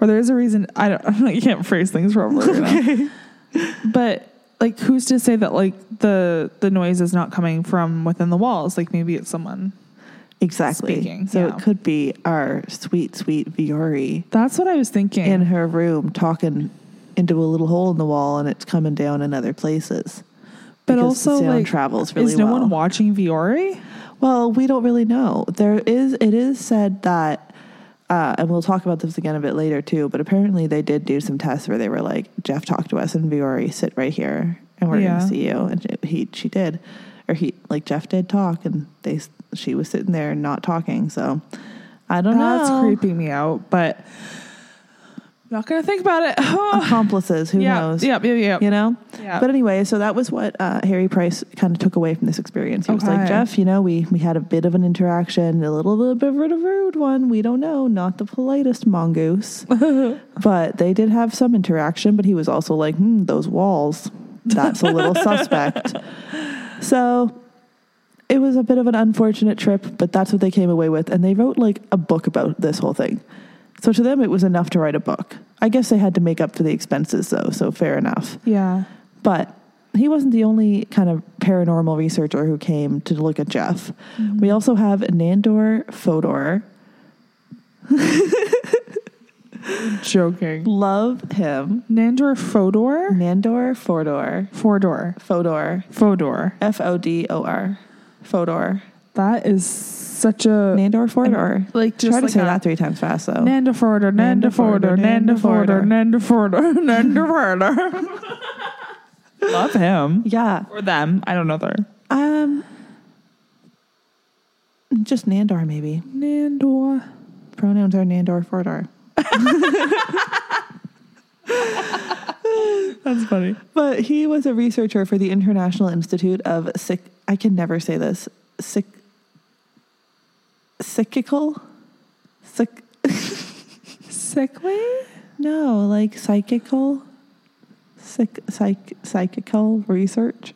or there is a reason I don't I can't phrase things properly. you know? But like who's to say that like the the noise is not coming from within the walls? Like maybe it's someone.
Exactly.
Speaking,
so
yeah.
it could be our sweet, sweet Viore
That's what I was thinking.
in her room talking into a little hole in the wall and it's coming down in other places.
but
because the
also
sound
like
travels really
is no
well.
one watching Viore?
Well, we don't really know. There is it is said that uh, and we'll talk about this again a bit later too, but apparently they did do some tests where they were like, Jeff talked to us and Viore sit right here and we're
Yeah.
gonna see you. And she- he she did. Or he like Jeff did talk and they she was sitting there not talking, so I don't
That's
know.
creeping me out, but I'm not gonna think about it.
Accomplices, who
yeah,
knows?
Yeah, yeah, yeah.
You know?
Yeah.
But anyway, so that was what uh, Harry Price kind of took away from this experience. He was like,
Okay.
Jeff, you know, we, we had a bit of an interaction, a little, little bit of a rude one. We don't know, not the politest mongoose. but they did have some interaction, but he was also like, hmm, those walls, that's a little suspect. So it was a bit of an unfortunate trip, but that's what they came away with. And they wrote like a book about this whole thing. So to them, it was enough to write a book. I guess they had to make up for the expenses, though, so fair enough.
yeah.
But he wasn't the only kind of paranormal researcher who came to look at Jeff.
Mm-hmm.
We also have Nandor Fodor.
Joking.
Love him.
Nandor Fodor?
Nandor Fodor.
Fodor.
Fodor.
Fodor.
F O D O R. Fodor.
That is such a
Nandor Fodor.
Uh, like just
Try to
like
say
a-
that three times fast, though.
Nanda Fodor, Nanda Fodor, Nanda Fodor, Nanda Fodor, Nanda Fodor. Love him.
yeah.
Or them. I don't know their
Um, just Nandor, maybe.
Nandor.
Pronouns are Nandor Fodor.
That's funny.
But he was a researcher for the International Institute of Sick. I can never say this. Sick. Psychical. Sick.
Sickly?
No, like psychical. Sick. Psych. Psychical research.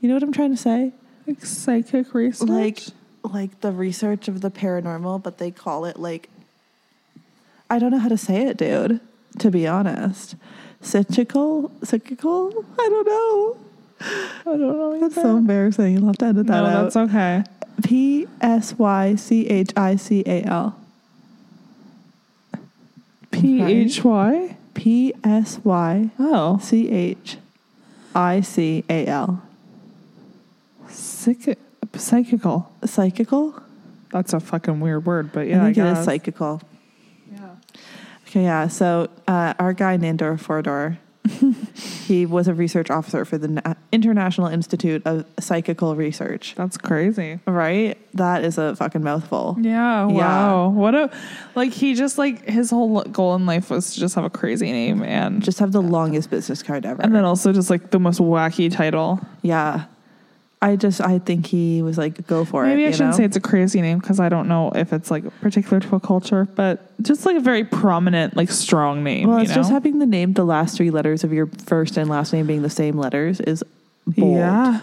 You know what I'm trying to say?
Like psychic research?
Like, like the research of the paranormal, but they call it like. I don't know how to say it, dude. To be honest, psychical. Psychical. I don't know.
I don't know.
That's so embarrassing. You'll have to edit that
no,
out.
that's okay.
P S Y C H I C A L.
P H Y?
P S Y
Oh.
C H I C A L.
Psych- psychical.
Psychical?
That's a fucking weird word, but yeah, I,
I think it
guess.
is psychical.
Yeah.
Okay, yeah. So uh, our guy Nandor Fordor, he was a research officer for the Na- International Institute of Psychical Research.
That's crazy.
Right? That is a fucking mouthful.
Yeah.
Yeah.
Wow. What a like he just like his whole goal in life was to just have a crazy name and
Just have the longest business card ever.
and then also just like the most wacky title.
yeah. I just I think he was like, go for it.
Maybe I
you
shouldn't
know?
say it's a crazy name because I don't know if it's like particular to a culture, but just like a very prominent, like strong name.
Well,
you
it's just
know?
having the name, the last three letters of your first and last name being the same letters is bold.
yeah,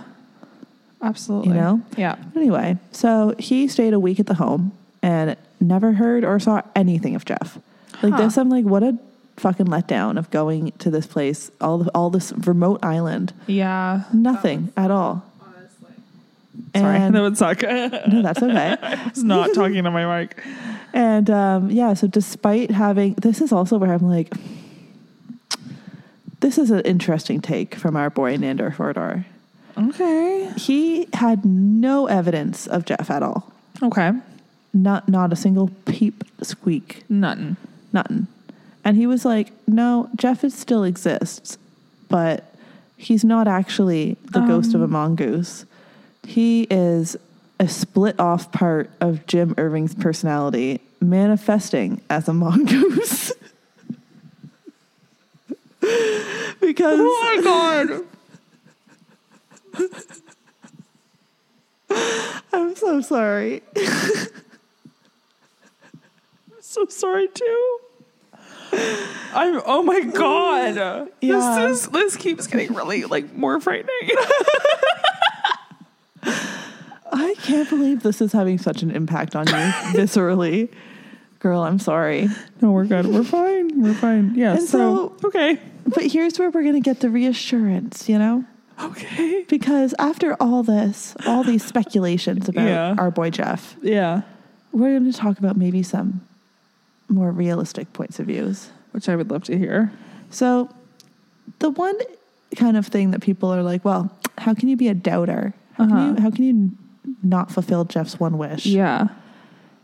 absolutely.
You know?
yeah.
Anyway, so he stayed a week at the home and never heard or saw anything of Jeff. Like this, I'm like, what a fucking letdown of going to this place, all the, all this remote island,
Yeah.
nothing at all.
Sorry,
And,
that would suck. I
no, that's okay.
was not talking to my mic.
And um, yeah, so despite having, this is also where I'm like, this is an interesting take from our boy Nandor Fordor.
Okay.
He had no evidence of Jeff at all.
Okay.
Not not a single peep squeak,
Nothing.
nothing. And he was like, "No, Jeff is, still exists, but he's not actually the ghost of a mongoose. He is a split off part of Jim Irving's personality manifesting as a mongoose." because
Oh my god.
I'm so sorry.
so sorry too. I'm oh my god.
Yeah.
This is this keeps getting really like more frightening.
I can't believe this is having such an impact on you viscerally. Girl, I'm sorry.
no, we're good. We're fine. We're fine. Yeah.
And so-
okay.
But here's where we're going to get the reassurance, you know?
Okay.
Because after all this, all these speculations about
Yeah.
our boy Jeff,
Yeah.
we're going to talk about maybe some more realistic points of views.
Which I would love to hear.
So, the one kind of thing that people are like, well, how can you be a doubter? How, can, you, how can you not fulfill Jeff's one wish?
Uh-huh. Yeah.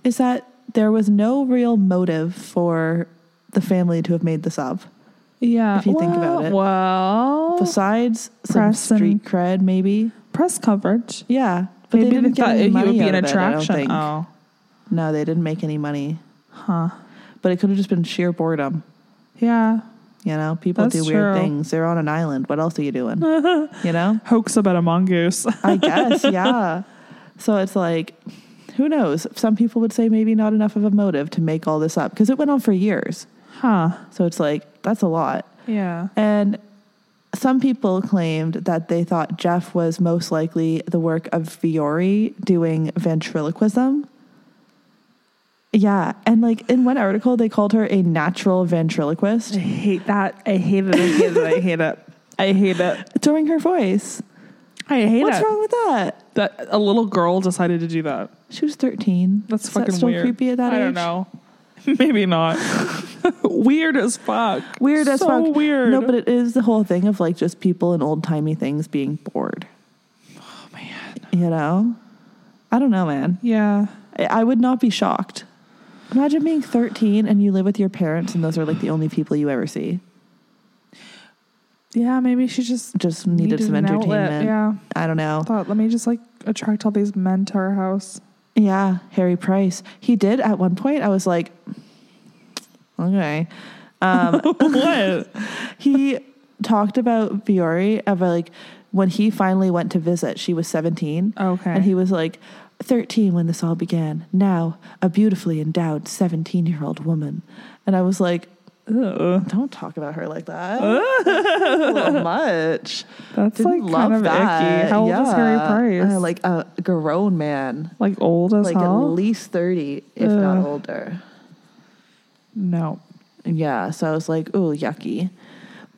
is that there was no real motive for the family to have made this up.
Yeah.
If you think about it.
Well
Besides some
Press and-
street cred, maybe.
press coverage.
Yeah, but they didn't get any
he
money
would be
out
an
of it, I don't
attraction.
think.
oh.
No, they didn't make any money.
Huh.
But it could have just been sheer boredom.
Yeah.
You know, people
That's
do weird
true.
things. They're on an island. What else are you doing? you know,
Hoax about a mongoose.
I guess. Yeah. So it's like, who knows? Some people would say maybe not enough of a motive to make all this up because it went on for years.
huh.
So it's like that's a lot.
Yeah.
And some people claimed that they thought Jeff was most likely the work of Fiore doing ventriloquism. Yeah. And like in one article, they called her a natural ventriloquist
I hate that. I hate it. I hate it. I hate it. I hate it.
during her voice.
I hate
What's
it.
wrong with that?
That a little girl decided to do that.
She was 13.
That's
Is that
fucking
still
weird.
creepy at that
I
age?
don't know. Maybe not. weird as fuck.
Weird as
so
fuck.
Weird.
No, but it is the whole thing of like just people and old timey things being bored.
oh, man.
You know? I don't know, man.
Yeah.
I- I would not be shocked. Imagine being 13 and you live with your parents, and those are like the only people you ever see.
Yeah. Maybe she just
Just needed,
Needed
some
an outlet,
entertainment.
yeah.
I don't know.
thought, let me just like attract all these men to our house.
Yeah, Harry Price. He did at one point. I was like, okay.
what?
He talked about Viore of like when he finally went to visit, she was 17.
Okay.
And he was like, 13 when this all began. Now, a beautifully endowed 17 year old woman. And I was like,
Ew.
Don't talk about her like that. That's a little much.
That's like kind of icky. How old is Harry Price?
Uh, like a grown man,
like old as
like at
hell.
least thirty, if
Ugh.
not older.
no.
Yeah. So I was like, ooh, yucky.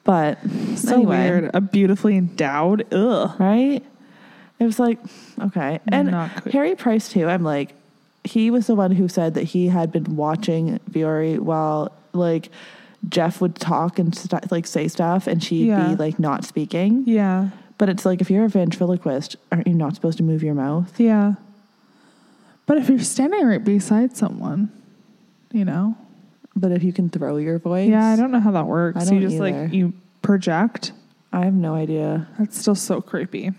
But
So
anyway,
weird. A beautifully endowed. Ugh.
right? It was like, okay. And
Not good.
Harry Price too. I'm like, he was the one who said that he had been watching Viore while like Jeff would talk and st- like say stuff, and she'd
Yeah.
be like not speaking.
Yeah.
But it's like if you're a ventriloquist, aren't you not supposed to move your mouth?
Yeah. But if you're standing right beside someone, you know.
But if you can throw your voice,
Yeah, I don't know how that works.
I
you
don't
just
either.
like you project.
I have no idea.
That's still so creepy.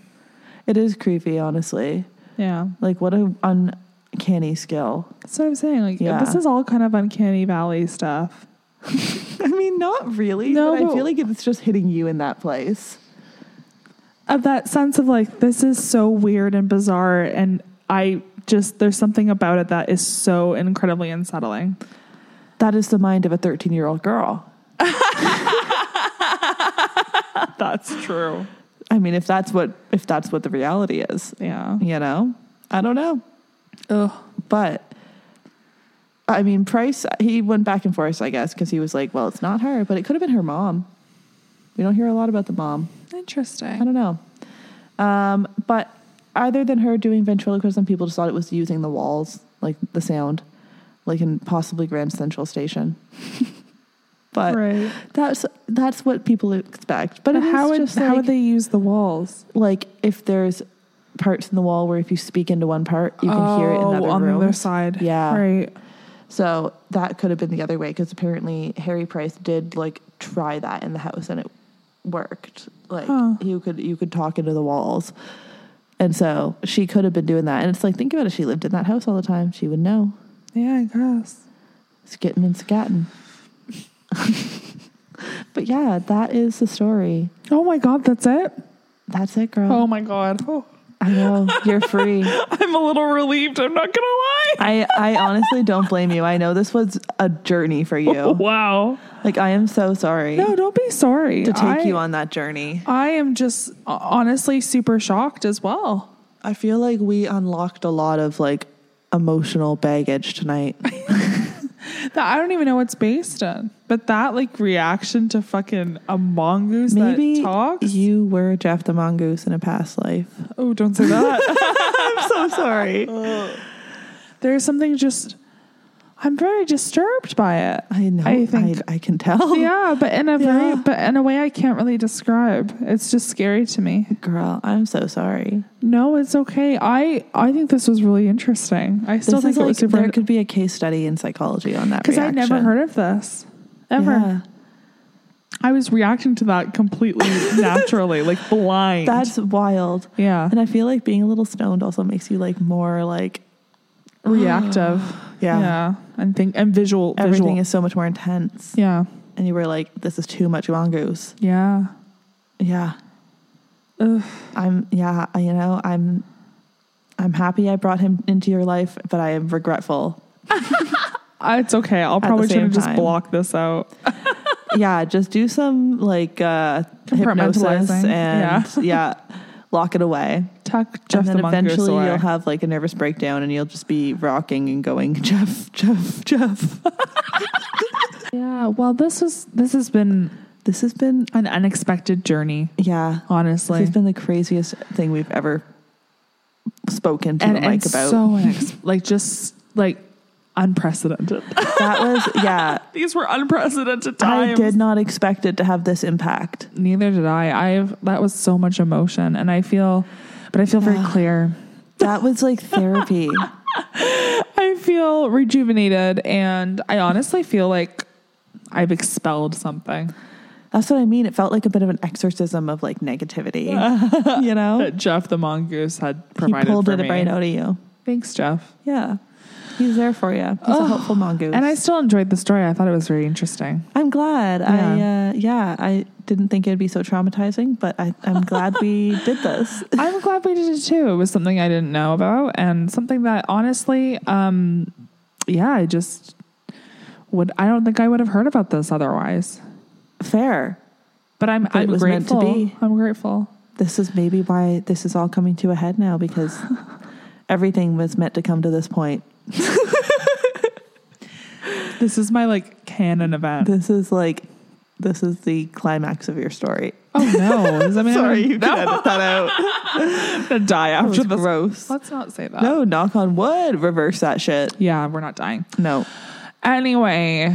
It is creepy, honestly.
Yeah.
Like what a uncanny skill.
That's what I'm saying. Like
Yeah.
this is all kind of uncanny valley stuff.
I mean, not really.
No,
but I
but-
feel like it's just hitting you in that place.
Of that sense of like this is so weird and bizarre and I just there's something about it that is so incredibly unsettling.
That is the mind of a 13 year old girl.
That's true.
I mean, if that's what if that's what the reality is,
Yeah.
you know, I don't know.
Ugh.
But I mean, Price, he went back and forth, I guess, because he was like, well, it's not her, but it could have been her mom. We don't hear a lot about the mom. I
Interesting.
don't know. Um, but either than her doing ventriloquism, people just thought it was using the walls, like the sound, like in possibly Grand Central Station. but
Right.
that's that's what people expect. But,
But
it is
how would
just
how
like,
would they use the walls?
like if there's parts in the wall where if you speak into one part, you can hear it in
Oh,
the other
on
room.
the other side.
Yeah.
Right.
So that could have been the other way because apparently Harry Price did like try that in the house and it worked. Like
Huh.
you could you could talk into the walls. And so she could have been doing that. And it's like think about it, she lived in that house all the time. She would know.
Yeah, I guess.
Skittin' and scatting. but yeah, that is the story.
Oh my god, that's it?
That's it, girl.
Oh my god. Oh.
I know. You're free.
I'm a little relieved, I'm not gonna lie.
I, I honestly don't blame you. I know this was a journey for you.
Wow.
Like I am so sorry
Oh. No, don't be sorry.
to take
I,
you on that journey.
I am just uh, honestly super shocked as well.
I feel like we unlocked a lot of like emotional baggage tonight.
That I don't even know what's based on. But that like reaction to fucking a mongoose
Maybe
that talks.
you were Jeff the Mongoose in a past life.
oh, don't say that.
I'm so sorry.
Oh. There's something just I'm very disturbed by it.
I know. I,
I think
I, can tell.
Yeah, but in a very
Yeah.
but in a way I can't really describe. It's just scary to me.
Girl, I'm so sorry.
No, it's okay. I I think this was really interesting. I still
This
think
is
it
like,
was
there
super
could be a case study in psychology on that.
because I never
reaction.
heard of this ever.
Yeah.
I was reacting to that completely naturally, like blind.
That's wild.
yeah,
And I feel like being a little stoned also makes you like more like
reactive.
yeah.
yeah, and think and visual.
Everything
visual.
is so much more intense.
yeah,
And you were like, this is too much mongoose.
yeah.
Yeah.
Ugh.
I'm yeah, I- you know, I'm I'm happy I brought him into your life, but I am regretful.
Uh, It's okay. I'll
the
probably should
same
have just
time.
blocked this out.
yeah, just do some like uh hypnosis
Compartmentalizing.
and yeah. lock it away.
Tuck Jeff
and then
the mongoose
eventually
away.
you'll have like a nervous breakdown and you'll just be rocking and going, Jeff, Jeff, Jeff.
yeah. Well, this was this has been
This has been
an unexpected journey.
yeah.
Honestly,
This has been the craziest thing we've ever spoken to the mic about.
so unex- like just like unprecedented.
that was yeah.
These were unprecedented
I
times.
did not expect it to have this impact.
Neither did I. I've that was so much emotion, and I feel, but I feel very clear.
That was like therapy.
I feel rejuvenated, and I honestly feel like I've expelled something
That's what I mean. It felt like a bit of an exorcism of like negativity. you know?
that Jeff the mongoose had
He
provided
pulled
for
it
me.
right out of you.
Thanks, Jeff.
Yeah. He's there for you. He's a helpful mongoose.
And I still enjoyed the story. I thought it was very interesting.
I'm glad. I uh, yeah, I didn't think it'd be so traumatizing, but I, I'm glad we did this.
I'm glad we did it too. It was something I didn't know about, and something that honestly, um, yeah, I just would. I don't think I would have heard about this otherwise.
Fair.
But I'm
it
I'm
was meant to
grateful.
be.
I'm grateful.
This is maybe why this is all coming to a head now because everything was meant to come to this point.
This is my like canon event.
This is like this is the climax of your story.
oh no! Does that mean
Sorry,
I'm
you can edit that out.
gonna die
That was
after this?
gross.
Let's not say that.
No, knock on wood. Reverse that shit.
Yeah, we're not dying.
No.
Anyway,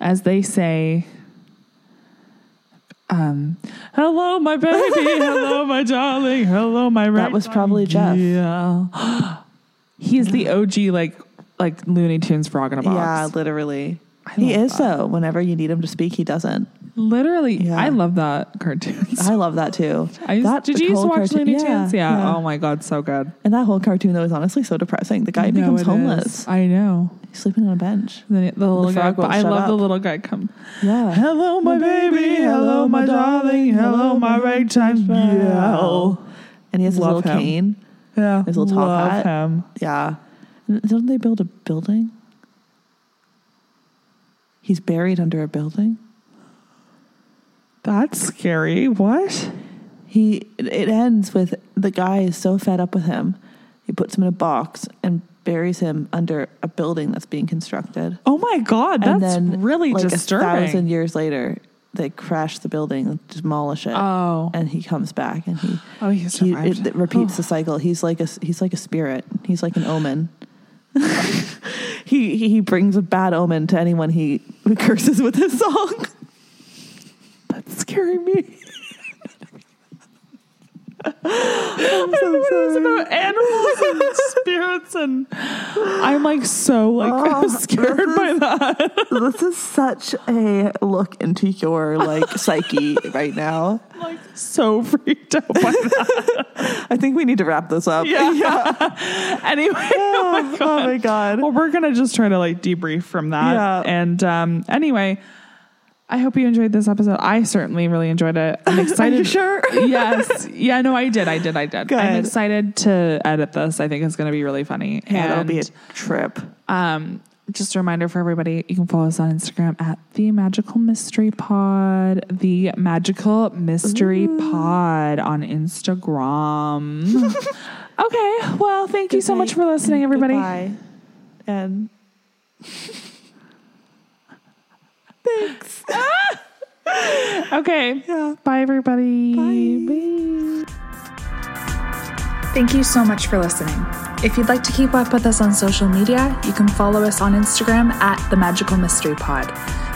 as they say, um, hello, my baby. hello, my darling. Hello, my.
That
right
was probably Jeff.
Yeah. He's the OG like like Looney Tunes frog in a box.
Yeah, literally. He
love
is though. Whenever you need him to speak, he doesn't.
literally.
Yeah.
I love that cartoon.
I love that too.
I used,
that
did you used to
whole
watch
cartoon-
Looney Tunes? Yeah.
yeah.
Oh my god, so good.
And that whole cartoon though is honestly so depressing. The guy
I know
becomes
it is.
homeless.
I know.
He's sleeping on a bench.
The, the little guy.
frog
But
won't
I
shut
love the
up.
little guy come.
Yeah.
Hello, my baby. Hello, my darling. Hello, my ragtime yell.
And he has his
Love
little
him.
cane.
Yeah.
His little top
Love
hat.
him.
Yeah. And Don't they build a building? He's buried under a building.
That's scary. What?
He it ends with the guy is so fed up with him, he puts him in a box and buries him under a building that's being constructed.
Oh my god, that's
and then,
really
like
disturbing.
A thousand years later, they crash the building, demolish it.
Oh.
and he comes back, and he
Oh, he
he
survived.
it, it repeats the cycle. He's like a s- he's like a spirit. He's like an omen. he he he brings a bad omen to anyone he curses with his song.
That's scaring me.
I'm so
It's
sorry.
about animals and spirits, and I'm like so like scared by that.
this is such a look into your like psyche right now.
I'm like so freaked out by that.
I think we need to wrap this up.
Yeah. anyway, oh my god.
Oh my god.
Well, we're gonna just try to like debrief from that.
Yeah.
And um, anyway, I hope you enjoyed this episode. I certainly really enjoyed it. I'm excited.
sure?
yes. Yeah. No, I did. I did. I did. I'm
Good.
excited to edit this. I think it's gonna be really funny.
Yeah, that'll
And,
be a trip.
um, just a reminder for everybody: you can follow us on Instagram at the Magical Mystery Pod. The Magical Mystery Pod on Instagram. okay. Well, thank you so much for listening, everybody.
Goodbye. And thanks.
Okay.
Yeah.
Bye, everybody.
Thank you so much for listening. If you'd like to keep up with us on social media, you can follow us on Instagram at The Magical Mystery Pod.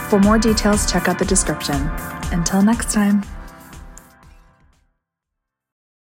For more details, check out the description. Until next time.